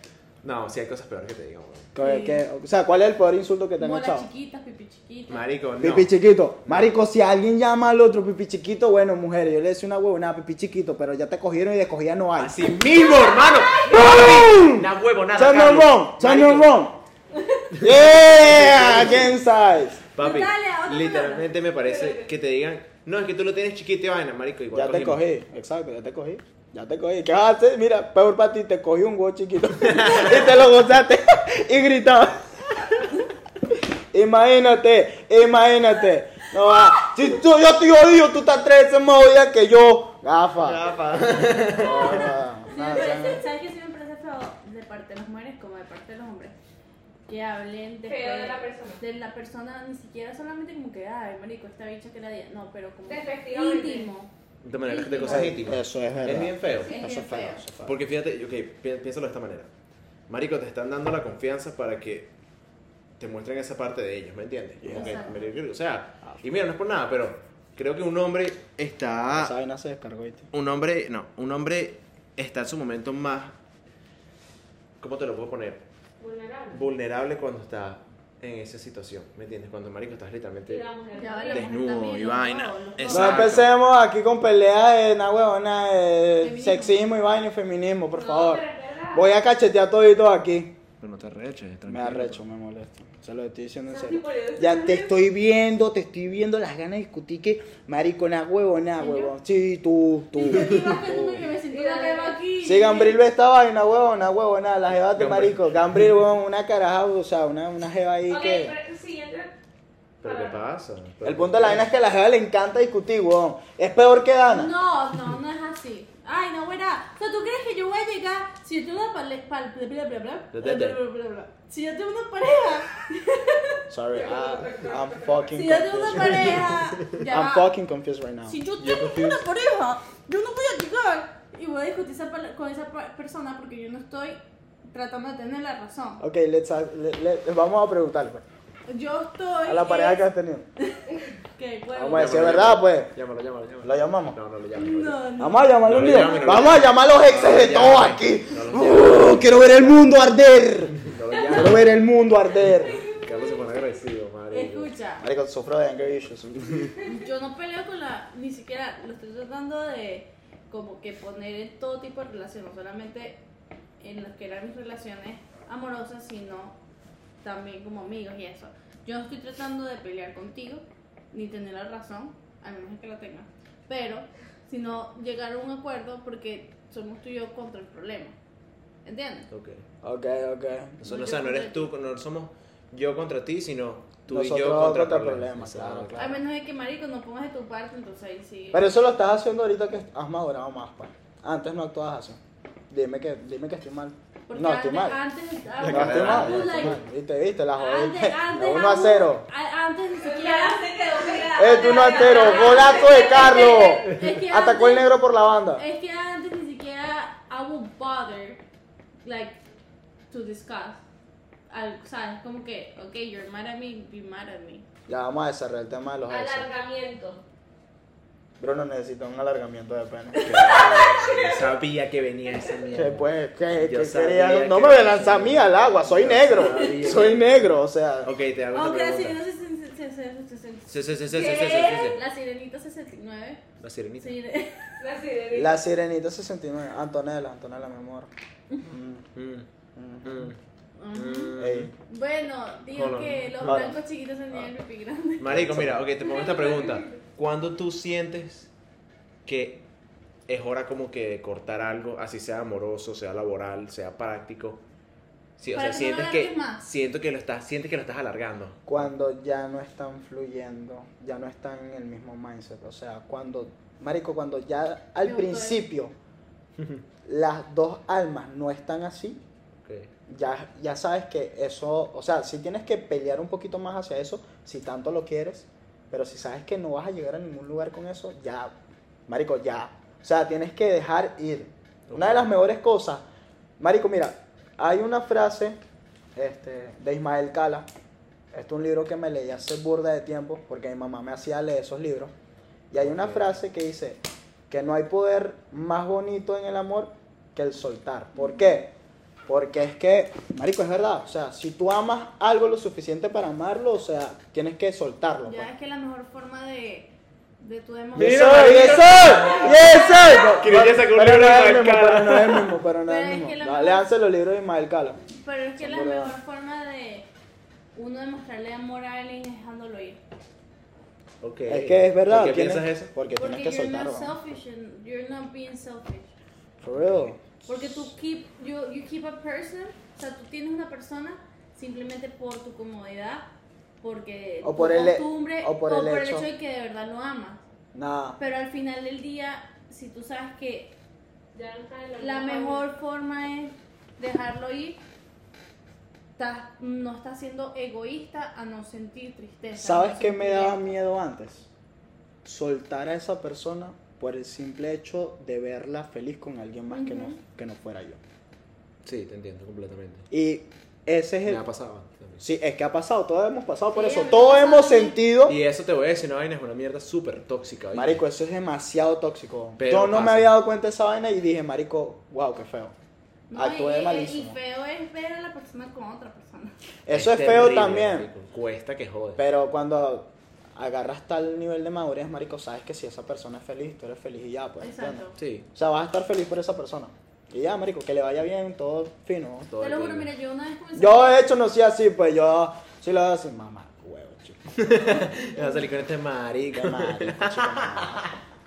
No, sí hay cosas peores que te digan, weón.
Que-
Sí.
que- o sea, ¿cuál es el peor insulto que te han
Bolas
echado?
chiquitas, pipi chiquita.
Marico, no.
Pipi chiquito. Marico, si alguien llama al otro pipi chiquito, bueno, mujer, yo le decía una huevonada, pipi chiquito, pero ya te cogieron y de cogida no hay.
Así mismo, hermano.
¡Boom!
Una huevo, nada.
Turn on
Carlos.
wrong, turn on
Marico,
wrong. Yeah, again size.
Papi,
Dale, a otra
literalmente me parece que te digan, no, es que tú lo tienes chiquito y vaina, marico. Igual
Ya te
cogimos.
cogí, exacto, ya te cogí. Ya te cogí. ¿Qué vas a hacer? Mira, peor para ti, te cogí un huevo chiquito. y te lo gozaste. y gritaba. imagínate, imagínate. No va. Si tú, yo te odio, tú estás tres veces más odia que yo. Gafa. Gafa.
Sí, me
Nada,
parece,
ya
¿Sabes qué sí me parece feo de parte de las mujeres como de parte de los hombres? Que hablen de,
Feo de la persona.
de la persona, ni siquiera solamente como que, ay, marico, esta bicha que la di-". No, pero como
Despectivamente.
íntimo.
De manera de
Íntimo.
cosas
no.
íntimas.
Eso es verdad.
Es bien feo.
Sí, es
Eso
bien
es feo.
feo.
Eso es feo.
Porque fíjate, ok, pi- piénsalo de esta manera. Marico, te están dando la confianza para que te muestren esa parte de ellos, ¿me entiendes? Como que,
Exacto.
marico, o
Ah,
sea, y mira, no es por nada, pero creo que un hombre está...
Esa vaina se descargó, ¿viste?
un hombre, no, un hombre está en su momento más, ¿cómo te lo puedo poner?
Vulnerable.
Vulnerable cuando está en esa situación, ¿me entiendes? Cuando marico estás
Y
literalmente...
la mujer
Ya
también.
vale.
Desnudo
también,
y
los
vaina.
dos, los dos.
No
Exacto.
empecemos aquí con peleas de na huevona, de
Feminismo.
sexismo y vaina y feminismo, por
No,
favor.
pero es verdad.
Voy a cachetear todito aquí.
Pero no te arreches,
Me arrecho, me molesto. Se lo estoy diciendo en serio.
Por eso
Ya
no
te
es-
estoy viendo, te estoy viendo las ganas de discutir que maricona huevona, huevón. Sí, tú, tú.
Y yo digo que tú que me siento
Mira,
una beba aquí.
Sí, Gambril ve esta vaina, huevona, huevona, la jeva de marico. Gambril, huevón, una caraja, o sea, una, una jeva ahí
Ok,
que...
pero siguiente.
¿Pero qué pasa?
El punto de la vaina es que a la jeva le encanta discutir, huevón. Es peor que Dana.
No, no, no es así. Ay, no, buena. O sea, ¿tú crees que yo voy a llegar si yo tengo una pale- pal- bla, bla, bla, bla,
Bla, bla, bla.
bla, bla, bla, bla. Si yo tengo una pareja,
Sorry,
ah.
I, Ah, I'm fucking
si yo tengo una
confused.
pareja, ya
I'm
va.
fucking confused right now.
Si yo tengo una pareja, yo no voy a llegar y voy a discutir esa pala- con esa pa- persona porque yo no estoy tratando de tener la razón.
Ok, let's, ask- le- le- vamos a preguntarle pues,
Yo estoy.
a la pareja que Oh
es-
has tenido.
que, huevo.
Vamos a decir verdad, pues.
Llámalo, llámalo, llámalo.
¿Lo llamamos?
No, no lo llames. no lo llames.
No, no.
Vamos a llamarlo
No,
un
no,
día.
no, no,
Vamos a llamar a los exes
No,
de
no,
todos
no, no,
aquí.
no, no,
Uh, quiero ver el mundo arder.
No lo llames.
Quiero ver el mundo arder.
Carlos se pone agresivo, madre.
Escucha.
Marico, sufro de anger issues.
Yo no peleo con la, ni siquiera, lo estoy tratando de como que poner en todo tipo de relación, no solamente en las que eran mis relaciones amorosas, sino también como amigos y eso. Yo no estoy tratando de pelear contigo, ni tener la razón, a menos que la tenga, pero sino llegar a un acuerdo porque somos tú y yo contra el problema. ¿Entiendes?
Ok.
Ok, ok.
Eso no, o sea, no eres tú, no somos yo contra ti, sino tú y yo
Nosotros
contra,
contra
el problema.
problemas, claro,
Exacto.
claro.
A menos de que, marico, no pongas de tu parte, entonces ahí sí.
Pero eso lo estás haciendo ahorita que has madurado más, pues. Antes no actuabas así. Dime que, dime que estoy mal.
Porque
No, estoy
antes,
mal.
antes,
No
cara
estoy
de
mal,
I
no
would
estoy
like-
mal. Viste, viste, la
Antes, antes,
jodí. 1 a
aún-
0.
a- Antes ni siquiera.
Ya se quedó pegada.
¡Eh, tú no altero! ¡Golazo de Carlos!
Es que
Atacó el
antes-
negro por la banda.
Es que antes ni siquiera I would bother, like, to discuss. Al, ¿Sabes? Como que, ok, you're mad at me, be mad at me.
Ya vamos a desarrollar el tema de los exes.
Alargamiento.
Bruno necesita un alargamiento de pene.
Yo sabía que venía esa mierda.
Que pues, que,
Yo
que
sabía
quería.
que
No me voy a
era
lanzar a
así.
mí al agua, soy
Yo
negro.
sabía.
Soy negro, o sea.
Ok, te hago
Aunque
otra
la
pregunta.
sirenita se- se- se- se- se- se-
Sí, sí, sí, sí, sí, sí, sí, sí.
La sirenita 69.
La sirenita.
sire-
La sirenita.
La sirenita 69. Antonella, Antonella, mi amor. Mm,
Mm,
mm.
mm,
Ey.
mm.
Bueno, digo
Hola.
que los
Hola.
blancos chiquitos tenían
Ah.
el pipí grande.
Marico, mira, ok, te pongo esta pregunta. ¿Cuándo tú sientes que es hora como que de cortar algo, así sea amoroso, sea laboral, sea práctico? Sí, o
Para
sea,
que no
sientes
alargues
que,
más.
siento que lo estás, sientes que lo estás alargando.
Cuando ya no están fluyendo, ya no están en el mismo mindset. O sea, cuando. Marico, cuando ya al
Me gustó
principio las dos almas no están así,
Ok.
ya, ya sabes que eso, o sea, si tienes que pelear un poquito más hacia eso, si tanto lo quieres, pero si sabes que no vas a llegar a ningún lugar con eso, ya, Marico, ya. O sea, tienes que dejar ir. Una de las mejores cosas, Marico, mira, hay una frase este, de Ismael Cala, este es un libro que me leí hace burda de tiempo, porque mi mamá me hacía leer esos libros, y hay una
Ok.
frase que dice que no hay poder más bonito en el amor que el soltar. ¿Por qué? Porque es que, marico, es verdad. O sea, si tú amas algo lo suficiente para amarlo, o sea, tienes que
Ah.
soltarlo.
Ya
pues.
es que la mejor forma de, de tu
Yes,
demostración.
sir, yes, sir, yes, sir. No,
Quiero ya
no,
sacar un
pero
libro
no
de
es el mismo,
Ismael Cala.
pero no es el mismo, pero no es
Pero es
el
que
mismo.
la
No,
mejor-
léanse los libros de Ismael Cala.
Pero es que la
Son por-
mejor forma de uno demostrarle amor a alguien es dejándolo ir.
Ok.
Es que es verdad.
¿Por qué
tienes-
piensas eso?
Porque
Porque
tienes que
you're not
soltarlo.
selfish and you're not being selfish.
For real.
Porque tú keep, you, you keep a person, o sea, tú tienes una persona simplemente por tu comodidad, porque
O
tu
por el-
costumbre
o por el hecho.
de que de verdad lo amas.
Nada.
Pero al final del día, si tú sabes que
Ya no está en
la
misma
mejor forma es dejarlo ir, estás- no estás siendo egoísta a no sentir tristeza.
¿Sabes
no
qué me
sentir-
daba miedo antes? Soltar a esa persona por el simple hecho de verla feliz con alguien más que, no,
Ujú.
que no fuera yo.
Sí, te entiendo completamente.
Y ese es
Me
el...
ha pasado antes también.
Sí, es que ha pasado, todos hemos pasado por
Sí, a
eso,
mí me
todos
pasa
hemos
también.
sentido...
Y eso te voy a decir, una vaina es una mierda súper tóxica. ¿oíste?
Marico, eso es demasiado tóxico.
Pero
Yo no me
pasa.
había dado cuenta de esa vaina y dije, marico, wow, qué feo.
No,
Actué
y- y-
malísimo.
Y feo es ver a la persona con otra persona.
Eso es, feo
terrible,
también.
marico. Cuesta que jode.
Pero cuando agarras tal nivel de madurez, marico, sabes que si esa persona es feliz, tú eres feliz y ya, pues. ¿entiendes?
Exacto.
Sí.
O sea, vas a estar feliz por esa persona. Y ya, marico, que le vaya bien, todo fino.
todo
Te lo
el
juro,
tiempo.
mira, yo una vez comencé
Yo de hecho no soy así, pues yo sí lo voy a decir, mamá, huevo, chico.
Vas a salir con este marico.
Qué marico, chico, mamá.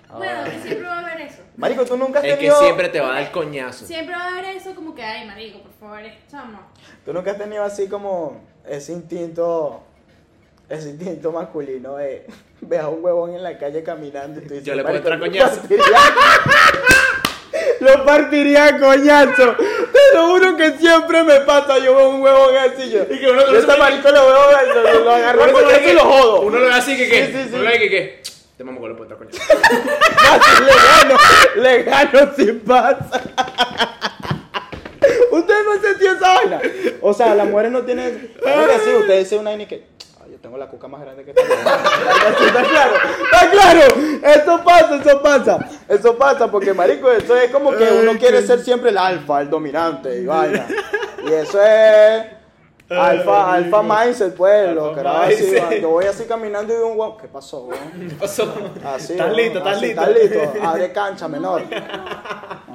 Bueno, que
Ay.
siempre va a haber eso.
Marico, tú nunca has
El que
tenido.
siempre te va a dar el coñazo.
Siempre va a haber eso como que, ay, marico, por favor, chamo.
Tú nunca has tenido así como ese instinto. Ese instinto masculino de ve a un huevón en la calle caminando y tú dices,
Yo le puedo
"Marico,
entrar
lo
coñazo".
partiría- Lo partiría a coñazo. Te lo juro que siempre me pasa. Yo veo un huevón así. Yo,
Y que uno
yo
no
este
se-
marico lo veo, lo, lo agarro
Uno
al
se
coñazo
ve
y
que-
lo jodo.
Uno lo ve así que qué.
Sí, sí, sí.
Uno lo ve que qué. Te mamo con la puerta, coño.
le gano, le gano sin pasa. Ustedes no sentían esa vaina. O sea, las mujeres no tienen. Claro que sí, ustedes dicen una vaina y que. "Ah, Yo tengo la cuca más grande que tú. Está claro, está claro. Eso pasa, eso pasa. Eso pasa porque, marico, eso es como que uno quiere ser siempre el alfa, el dominante y vaina. Y eso es. Alfa,
Ay,
alfa
marico.
mindset, pues, lo
Alfa
que era así,
mindset.
va. Yo voy así caminando y veo un guau. ¿Qué pasó, weón?
¿Qué pasó?
Así,
Estás
¿no?
listo, estás
Ah, Así,
listo.
Abre cancha, menor.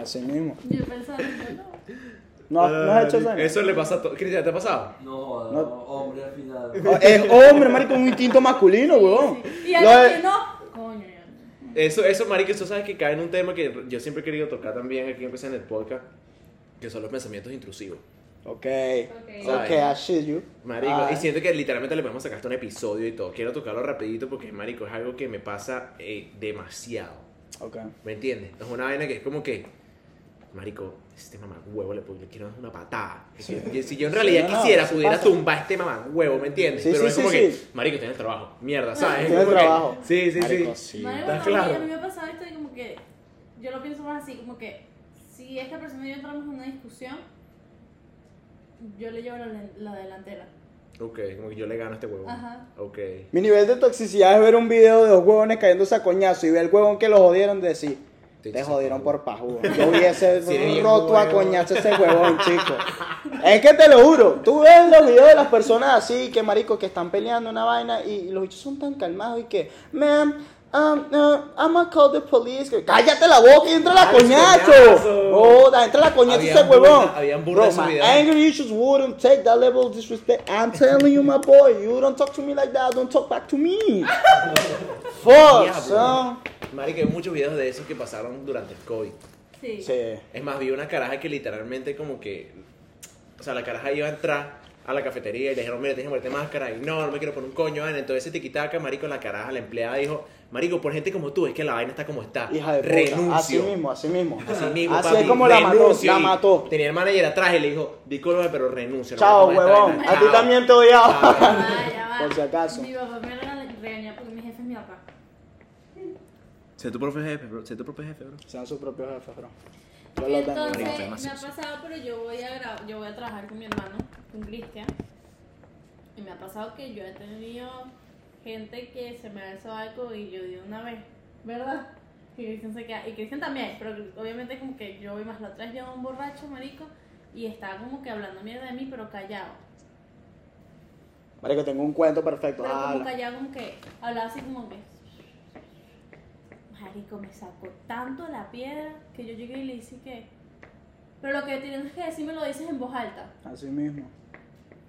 Así mismo.
Yo pensaba, no.
No, no has hecho eso.
Ah, Eso le pasa a todo. Cristian, ¿te ha pasado?
No,
No.
hombre al final.
Oh, Es hombre, marico, un instinto masculino, weón.
Y al
Lo es-
que no, coño, yo no.
Eso, eso, marico, eso sabes que cae en un tema que yo siempre he querido tocar también aquí empecé en el podcast, que son los pensamientos intrusivos.
Ok.
Ok.
Ok, I see you.
Marico,
Ah.
y siento que literalmente le podemos sacar hasta un episodio y todo. Quiero tocarlo rapidito porque, marico, es algo que me pasa eh, demasiado.
Ok.
¿Me entiendes? Es una vaina que es como que, marico, este mamagüevo le, le quiero dar una patada.
Sí.
Si, si yo en
Sí,
realidad
no, no,
quisiera,
sí
pudiera
pasa.
tumbar este mamagüevo, ¿me entiendes?
Sí,
Pero
sí,
es
sí,
como que,
sí.
marico, tienes trabajo. Mierda, ¿sabes? Es
Tienes
como que-
trabajo.
sí, sí,
Marico,
sí.
Madre,
está
bueno, a mí-
claro.
A mí me ha pasado esto y como que, yo lo pienso más así, como que, si esta persona y yo entramos en una discusión, yo le llevo la, la delantera.
Ok, como que yo le gano a este huevón.
Ajá.
Ok.
Mi nivel de toxicidad es ver un video de dos huevones cayéndose a coñazo y ver el huevón que lo jodieron de sí.
Te
Te
hice
jodieron
huevón".
por pajudo. Yo hubiese
Sí, eres bien
roto a
huevón.
coñazo ese huevón, chico. Es que te lo juro. Tú ves los videos de las personas así, que marico, que están peleando una vaina y, y los bichos son tan calmados y que, man, um, no, I'm gonna call the police. Que- Cállate la boca y entra la
Dale,
coñazo.
coñazo.
Joda, entra la coñazo
Habían
ese huevón.
burda- habían burda
Bro,
esos
my
videos.
anger issues wouldn't take that level of disrespect. I'm telling you, my boy, you don't talk to me like that. Don't talk back to me. Fuck,
Diablo.
son.
Marico, hay muchos videos de esos que pasaron durante el COVID.
Sí.
Sí.
Es más, vi una caraja que literalmente como que... O sea, la caraja iba a entrar a la cafetería y le dijeron, mira, tienes que ponerte máscara. Y no, no me quiero poner un coño, Ana. Entonces se te quitaba que, marico, la caraja, la empleada dijo, marico, por gente como tú, es que la vaina está como está.
Hija de puta.
Renuncio.
Así mismo, así mismo.
Así mismo,
Así
papi,
es como la mató,
renuncio.
la
Y
mató.
Tenía el manager atrás y le dijo, disculpa, pero renuncio. no
Chao,
voy a tomar esta
huevón.
vaina.
A ti
Chao".
también te odiaba.
Ya va, Ah, ya va.
Por si acaso.
Mi papá me regaña- regaña porque mi jefe es mi papá.
Sé tu propio jefe, bro. Sé tu propio jefe, bro.
Sean sus propios jefes, bro. Yo lo tengo.
Entonces,
Rico,
me ha
demasiado.
pasado, pero yo voy a gra- yo voy a trabajar con mi hermano, con Cristian. Y me ha pasado que yo he tenido gente que se me ha alzado algo y yo digo una vez, ¿verdad? Y Cristian se queda, y Cristian también, pero obviamente como que yo voy más la otra vez yo un borracho, marico, y estaba como que hablando mierda de mí, pero callado.
Marico, tengo un cuento perfecto.
Pero como
Ala.
callado, como que hablaba así como que. Marico, me sacó tanto la piedra que yo llegué y le hice que. Pero lo que tienes que decirme lo dices en voz alta.
Así mismo.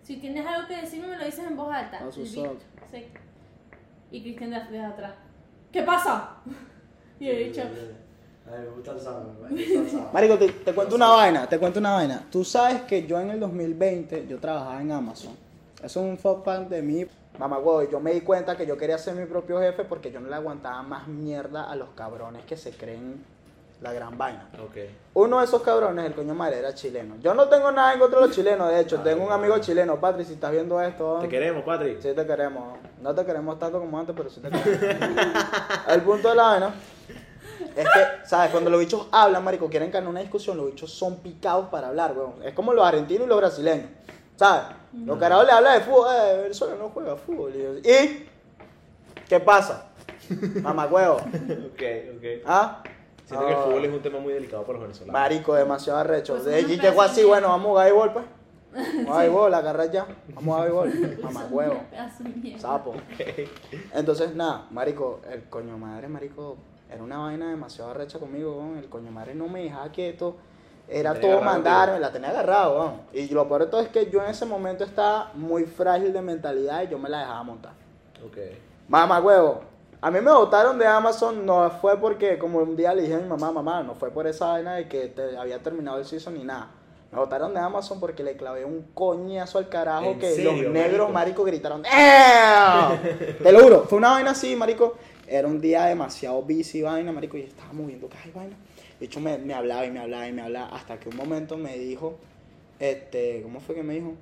Si tienes algo que decirme, me lo dices en voz alta.
A su
Y vi-
saco.
sí. Y Cristian de de atrás. ¿Qué pasa? Y yo he dicho.
Ay, me gusta el sábado, me gusta el sábado.
Marico, te, te cuento una vaina, te cuento una vaina. Tú sabes que yo en el 2020, yo trabajaba en Amazon. Eso es un fuckpack de mí. Mamá, güey, yo me di cuenta que yo quería ser mi propio jefe porque yo no le aguantaba más mierda a los cabrones que se creen la gran vaina.
Ah, Ok.
Uno de esos cabrones, el coño madre, era chileno. Yo no tengo nada en contra de los chilenos, de hecho, tengo un amigo chileno, Patri, si estás viendo esto.
Te queremos, Patrick.
Sí te queremos. No te queremos tanto como antes, pero sí te queremos. El punto de la vaina es que, ¿sabes? Cuando los bichos hablan, marico, quieren ganar una discusión, los bichos son picados para hablar, weón. Es como los argentinos y los brasileños, ¿sabes?
Mm.
Los carajos le hablan de fútbol, eh, Venezuela no juega fútbol. Y, ¿y? ¿qué pasa? Mamagüeo,
Ok, ok.
¿ah?
Siento que el
Ah.
fútbol es un tema muy delicado para los venezolanos.
Marico, demasiado arrecho.
Pues
de
uno
allí llegó
empieza
así,
a-
bueno, vamos a jugar béisbol, pues. Vamos a béisbol, agarra ya. Vamos a béisbol. Mamá huevo,
Pedazo de mierda.
sapo. Entonces, nada, marico, el coño madre, marico, era una vaina demasiado arrecha conmigo, weón. El coño madre no me dejaba quieto. Era
Te tenía
todo
agarrado,
mandarme, la tenía agarrado, weón. Y lo peor de todo es que yo en ese momento estaba muy frágil de mentalidad y yo me la dejaba montar.
Ok.
Mamá huevo. A mí me votaron de Amazon, no fue porque, como un día le dije a mi mamá, mamá, no fue por esa vaina de que te había terminado el season ni nada. Me votaron de Amazon porque le clavé un coñazo al carajo
¿En
que
serio,
los negros, marico,
marico?
gritaron, ¡Eh! Te lo juro, fue una vaina así, marico. Era un día demasiado busy, vaina, marico, y estaba moviendo caja y vaina. De hecho, me, me hablaba y me hablaba y me hablaba, hasta que un momento me dijo, este, ¿cómo fue que me dijo?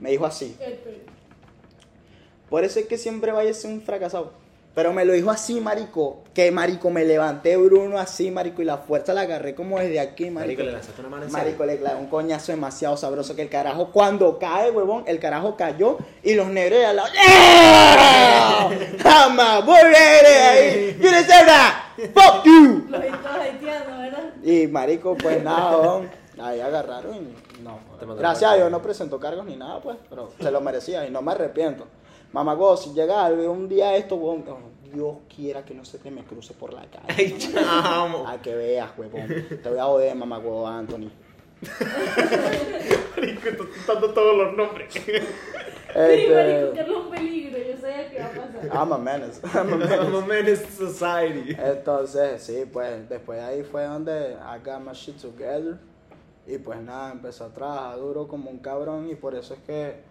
Me dijo así. Por eso es que siempre vaya a ser un fracasado. Pero me lo dijo así, marico. Que marico, me levanté Bruno así, marico. Y la fuerza la agarré como desde aquí, marico.
Marico, le lanzaste una mano en
Marico,
serio.
le clavé un coñazo demasiado sabroso. Que el carajo, cuando cae, huevón, el carajo cayó. Y los negros de al lado. ¡Yeah! ¡Jamás! ¡Voy a ir ahí! ¡You deserve that! ¡Fuck you!
Los todos haitianos, ¿verdad?
Y marico, pues nada, huevón. Ahí agarraron y no.
Te mandaron
Gracias a
para
Dios
acá.
no presentó cargos ni nada, pues, pero se lo merecía y no me arrepiento. Mamá, go, si llega algo, un día esto, huevón, oh, Dios quiera que no se te me cruce por la calle.
Ay, chamo.
A que veas, huevón. Te voy a joder, mamá, huevón, Anthony.
Marico, estás citando todos los nombres.
Sí,
Este,
marico, Carlos es un peligro, yo sabía que iba a pasar.
I'm a menace. I'm a menace.
Vamos, man, it's society.
Entonces, sí, pues después de ahí fue donde I got my shit together. Y pues nada, empecé a trabajar duro como un cabrón y por eso es que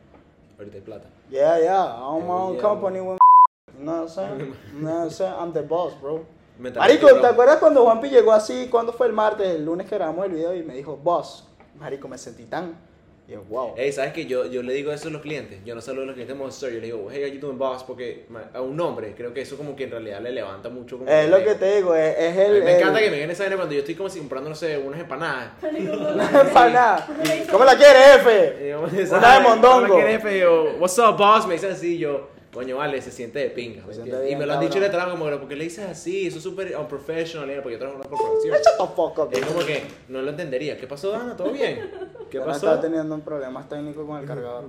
Ahorita hay plata.
Yeah, yeah. I own my
Hell
own
yeah,
company with You know what I'm saying? You know what I'm saying? I'm the boss, bro.
Mentalmente,
Marico, ¿te
bro.
acuerdas cuando Juanpi llegó así? ¿Cuándo fue el martes? El lunes que grabamos el video y me dijo, boss. Marico, me sentí tan. Y es wow.
Ey, ¿sabes que yo, yo le digo eso a los clientes? Yo no saludo a los clientes como sir, yo le digo, hey, how you doing, boss? Porque ma- a un hombre, creo que eso como que en realidad le levanta mucho. Como
Es lo que te digo, es, es el.
eh, A mí me
el-
encanta que me viene esa vaina cuando yo estoy como si comprando, no sé, unas empanadas.
Para nada. ¿Cómo la quieres, F?
Eh, Una
de mondongo.
yo, what's up, boss? Me dicen así, yo, coño, vale, se siente de pinga. ¿me
Se siente
entiendes? y
bien,
me lo han dicho en
cabrón.
el trabajo, como, "Pero, ¿por qué le dices así? Eso es súper unprofessional, ¿eh? porque yo trabajo en una corporación.
Shut the fuck up.
Y es como que no lo entendería. ¿Qué pasó, Ana? ¿Todo bien? Eh, ¿Qué
Ana
pasó?
Está teniendo un problema técnico con el cargador.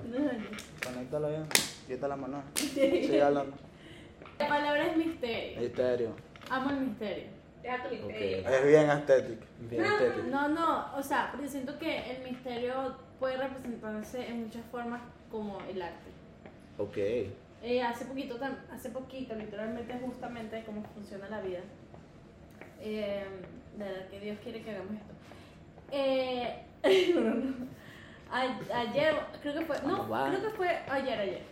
Conéctalo ya. Quita la mano. Sigue hablando.
La palabra es misterio.
Misterio.
Amo el misterio.
Deja tu misterio.
Ok.
Es bien estético.
Bien, Tete.
No, no, o sea, pero yo siento que el misterio puede representarse en muchas formas como el arte.
Ok.
Eh, hace poquito, tam- hace poquito, literalmente, justamente cómo funciona la vida. Eh, de verdad que Dios quiere que hagamos esto. Eh, no, no. A- ayer, creo que fue, no,
Vamos, va.
creo que fue ayer, ayer.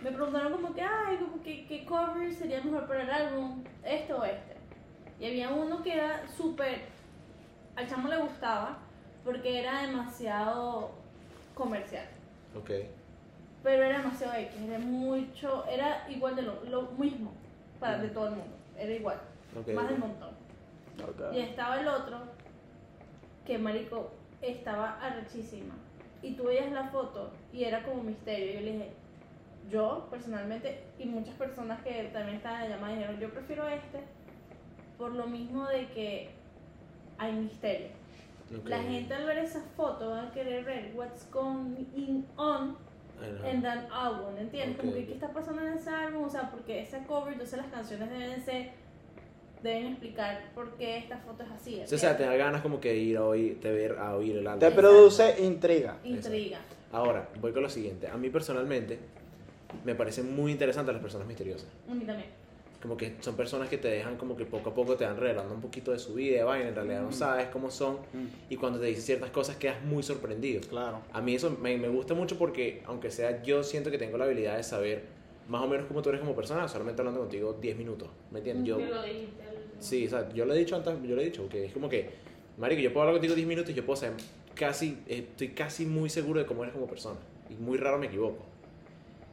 Me preguntaron como que, ay, como que, ¿qué cover sería mejor para el álbum? Este o este. Y había uno que era súper, al chamo le gustaba, porque era demasiado comercial
Ok.
pero era demasiado X, era mucho, era igual de lo, lo mismo para de todo el mundo, era igual,
Ok.
más del montón. Y estaba el otro, que marico, estaba arrechísima, y tú veías la foto y era como un misterio, yo le dije, yo personalmente, y muchas personas que también estaban en la llamada dijeron, yo prefiero este, por lo mismo de que hay misterio.
ok.
La gente al ver esas fotos va a querer ver what's going on
Ajá.
en that álbum, ¿entiendes? Como
Ok.
que qué está pasando en ese álbum, o sea, porque ese cover, entonces las canciones deben ser, deben explicar por qué esta foto es así.
O sea, te
¿entiendes?
da ganas como que ir a oír, te ver a oír el álbum.
Te produce intriga.
Intriga.
Ahora, voy con lo siguiente. A mí personalmente me parecen muy interesantes las personas misteriosas.
A mí también.
Como que son personas que te dejan como que poco a poco te van revelando un poquito de su vida, de vaina, en realidad
Mm.
no sabes cómo son y cuando te dicen ciertas cosas quedas muy sorprendido.
Claro.
A mí eso me, me gusta mucho porque, aunque sea yo, siento que tengo la habilidad de saber más o menos cómo tú eres como persona, solamente hablando contigo 10 minutos, ¿me entiendes? Yo,
Me lo dijiste. al-
Sí, o sea, yo lo he dicho antes, yo lo he dicho, que es como que, marico, yo puedo hablar contigo 10 minutos y yo puedo saber casi, eh, estoy casi muy seguro de cómo eres como persona. Y muy raro me equivoco.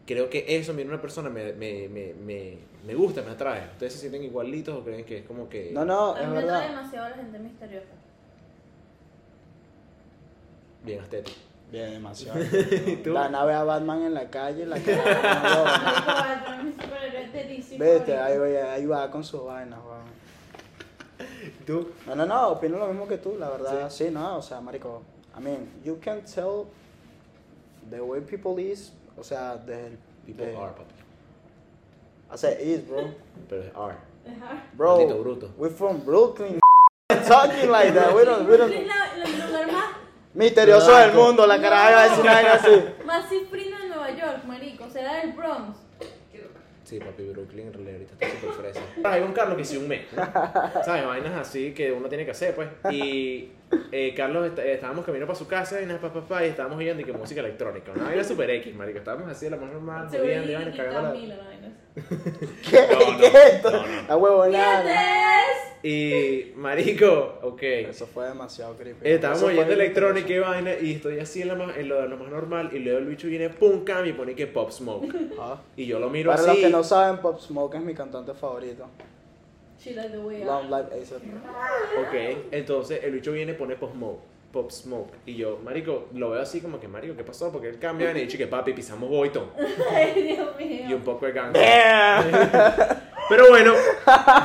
Creo que eso, mira, una persona me, me, me, me, me gusta, me atrae. ¿Ustedes se sienten igualitos o creen que es como que...
No, no,
A mí
es
me atrae
verdad.
demasiado la gente misteriosa.
Bien, estético.
Bien, demasiado.
tú?
La nave a Batman en la calle, la calle. no, no, no.
Marico, Batman es mi superhéroe de DC
Vete, ahí,
favorito.
va- ahí va con sus vainas, weón.
¿Tú?
No, no, no, opino lo mismo que tú, la verdad. Sí, no, o sea, marico. I mean, you can tell the way people is, o sea, desde el...
People
de-
are, papi.
O sea, is, bro.
Pero es are.
Ajá.
Bro,
Maldito bruto.
we from Brooklyn. talking like that, we don't, we
Brooklyn
don't...
es la- el lugar más,
Misterioso
Blanco.
del mundo, la caraja va a decir una vaina así.
más cifrino de Nueva York, marico, será del Bronx.
Sí, papi, Brooklyn en realidad ahorita está súper fresa. Hay un Carlos que hizo un mes. ¿no? ¿Sabes? Vainas así que uno tiene que hacer, pues. Y eh, Carlos, est- eh, estábamos caminando para su casa y nada, papá, papá, y estábamos oyendo y que música electrónica. Una vaina super X, marico. Estábamos así, la más normal, jodiendo y
Seguridad
vainas cagando. la-
Camila, vainas.
¿Qué,
No, no,
¿qué es esto?
no, no.
La huevonada.
¡Dientes!
Y, marico, ok.
Eso fue demasiado creepy.
Eh, Estábamos
Eso fue
oyendo
bien
electrónica y vaina y estoy así en, la más- en lo de lo más normal y luego el bicho viene, pum, cam, y pone que Pop Smoke.
interesante. Ah.
Y yo lo miro
Para
así.
los que no saben, Pop Smoke es mi cantante favorito.
She like the way I-
Long Live A$AP.
Ok, entonces el bicho viene y pone Pop Smoke. Pop Smoke. Y yo, marico, lo veo así como que, marico, ¿qué pasó? Porque él cambia y dice que papi, pisamos Boyton.
Ay, Dios mío.
Y un poco de gangsta. Pero bueno,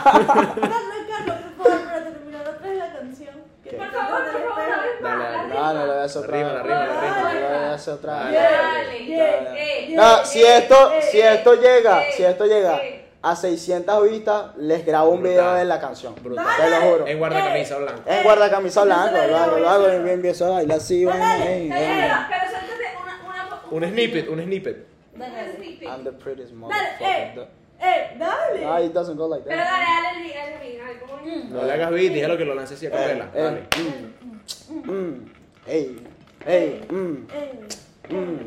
Carlos, Carlos, por favor, para terminar otra vez la canción.
¿Qué?
Por favor, por favor, una vez
Dale,
más,
dale.
No, no lo voy a hacer otra
arriba,
vez.
arriba, arriba.
No lo voy a hacer otra vez.
Dale.
Dale,
Yeah, yeah,
dale. Eh,
No, si esto,
eh,
si
eh,
esto llega,
eh,
si esto llega
eh.
a 600 vistas, les grabo un video
Brutal.
de la canción.
Brutal.
Te lo juro.
en guardacamisa blanco.
En guardacamisa blanco,
Yo se la
lo hago,
grabo,
lo
yo
hago
se la
y me empiezo a bailar así. ven, ven,
Dale,
ven.
pero suéltate una, una,
Un snippet, un snippet.
Dale,
un
dale.
snippet.
I'm the prettiest
eh.
motherfucker.
Eh,
No,
dale.
it doesn't go like
Pero
that.
dale, dale el link, dale el link, dale, ¿cómo es?
No le hagas beat, déjalo que lo lance así a capela.
Eh,
Dale.
mm, mm, hey, hey, mm.
Eh,
Mm,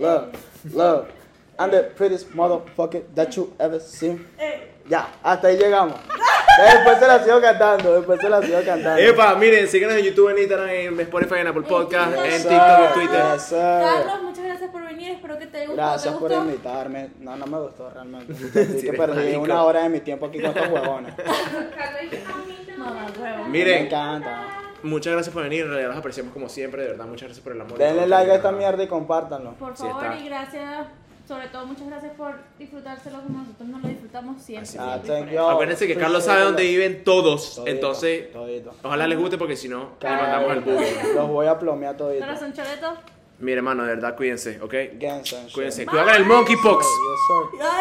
love, love. I'm the prettiest motherfucker that you ever seen.
eh.
Ya, hasta ahí llegamos. Después se la sigo cantando, después se la sigo cantando.
Epa, miren, síganos en YouTube, en Instagram, en Spotify, en Apple Podcast, en
Yes,
TikTok, en
sir.
Twitter.
Yes, sir.
Carlos, muchas gracias por venir. Espero que te haya gustado.
Gracias
¿Te
por
gustó?
invitarme. No, no me gustó realmente. Sentí
Sí,
que
eres
perdí
marico.
una hora de mi tiempo aquí con estos huevones.
Carlos dice, a mí no.
Mamá, huevo.
Me
Miren,
encanta.
muchas gracias por venir. En realidad los apreciamos como siempre. De verdad, muchas gracias por el amor.
Denle like a esta mierda y compártanlo.
Por
Sí,
favor,
está.
y gracias. Sobre todo, muchas gracias por disfrutárselo como nosotros nos lo disfrutamos siempre.
Así
Ah,
siempre,
thank
por
you.
Acuérdense que Carlos sabe dónde viven todos.
Todito,
Entonces,
todito.
ojalá les guste porque si no, le
Cada
mandamos al
uno.
público.
Los voy a plomear todito.
Corazón choleto.
Mire, hermano, de verdad, cuídense, ¿ok?
Gangs and shit.
Cuídense. Cuidado con el monkeypox.
Yes, sir.
Ay,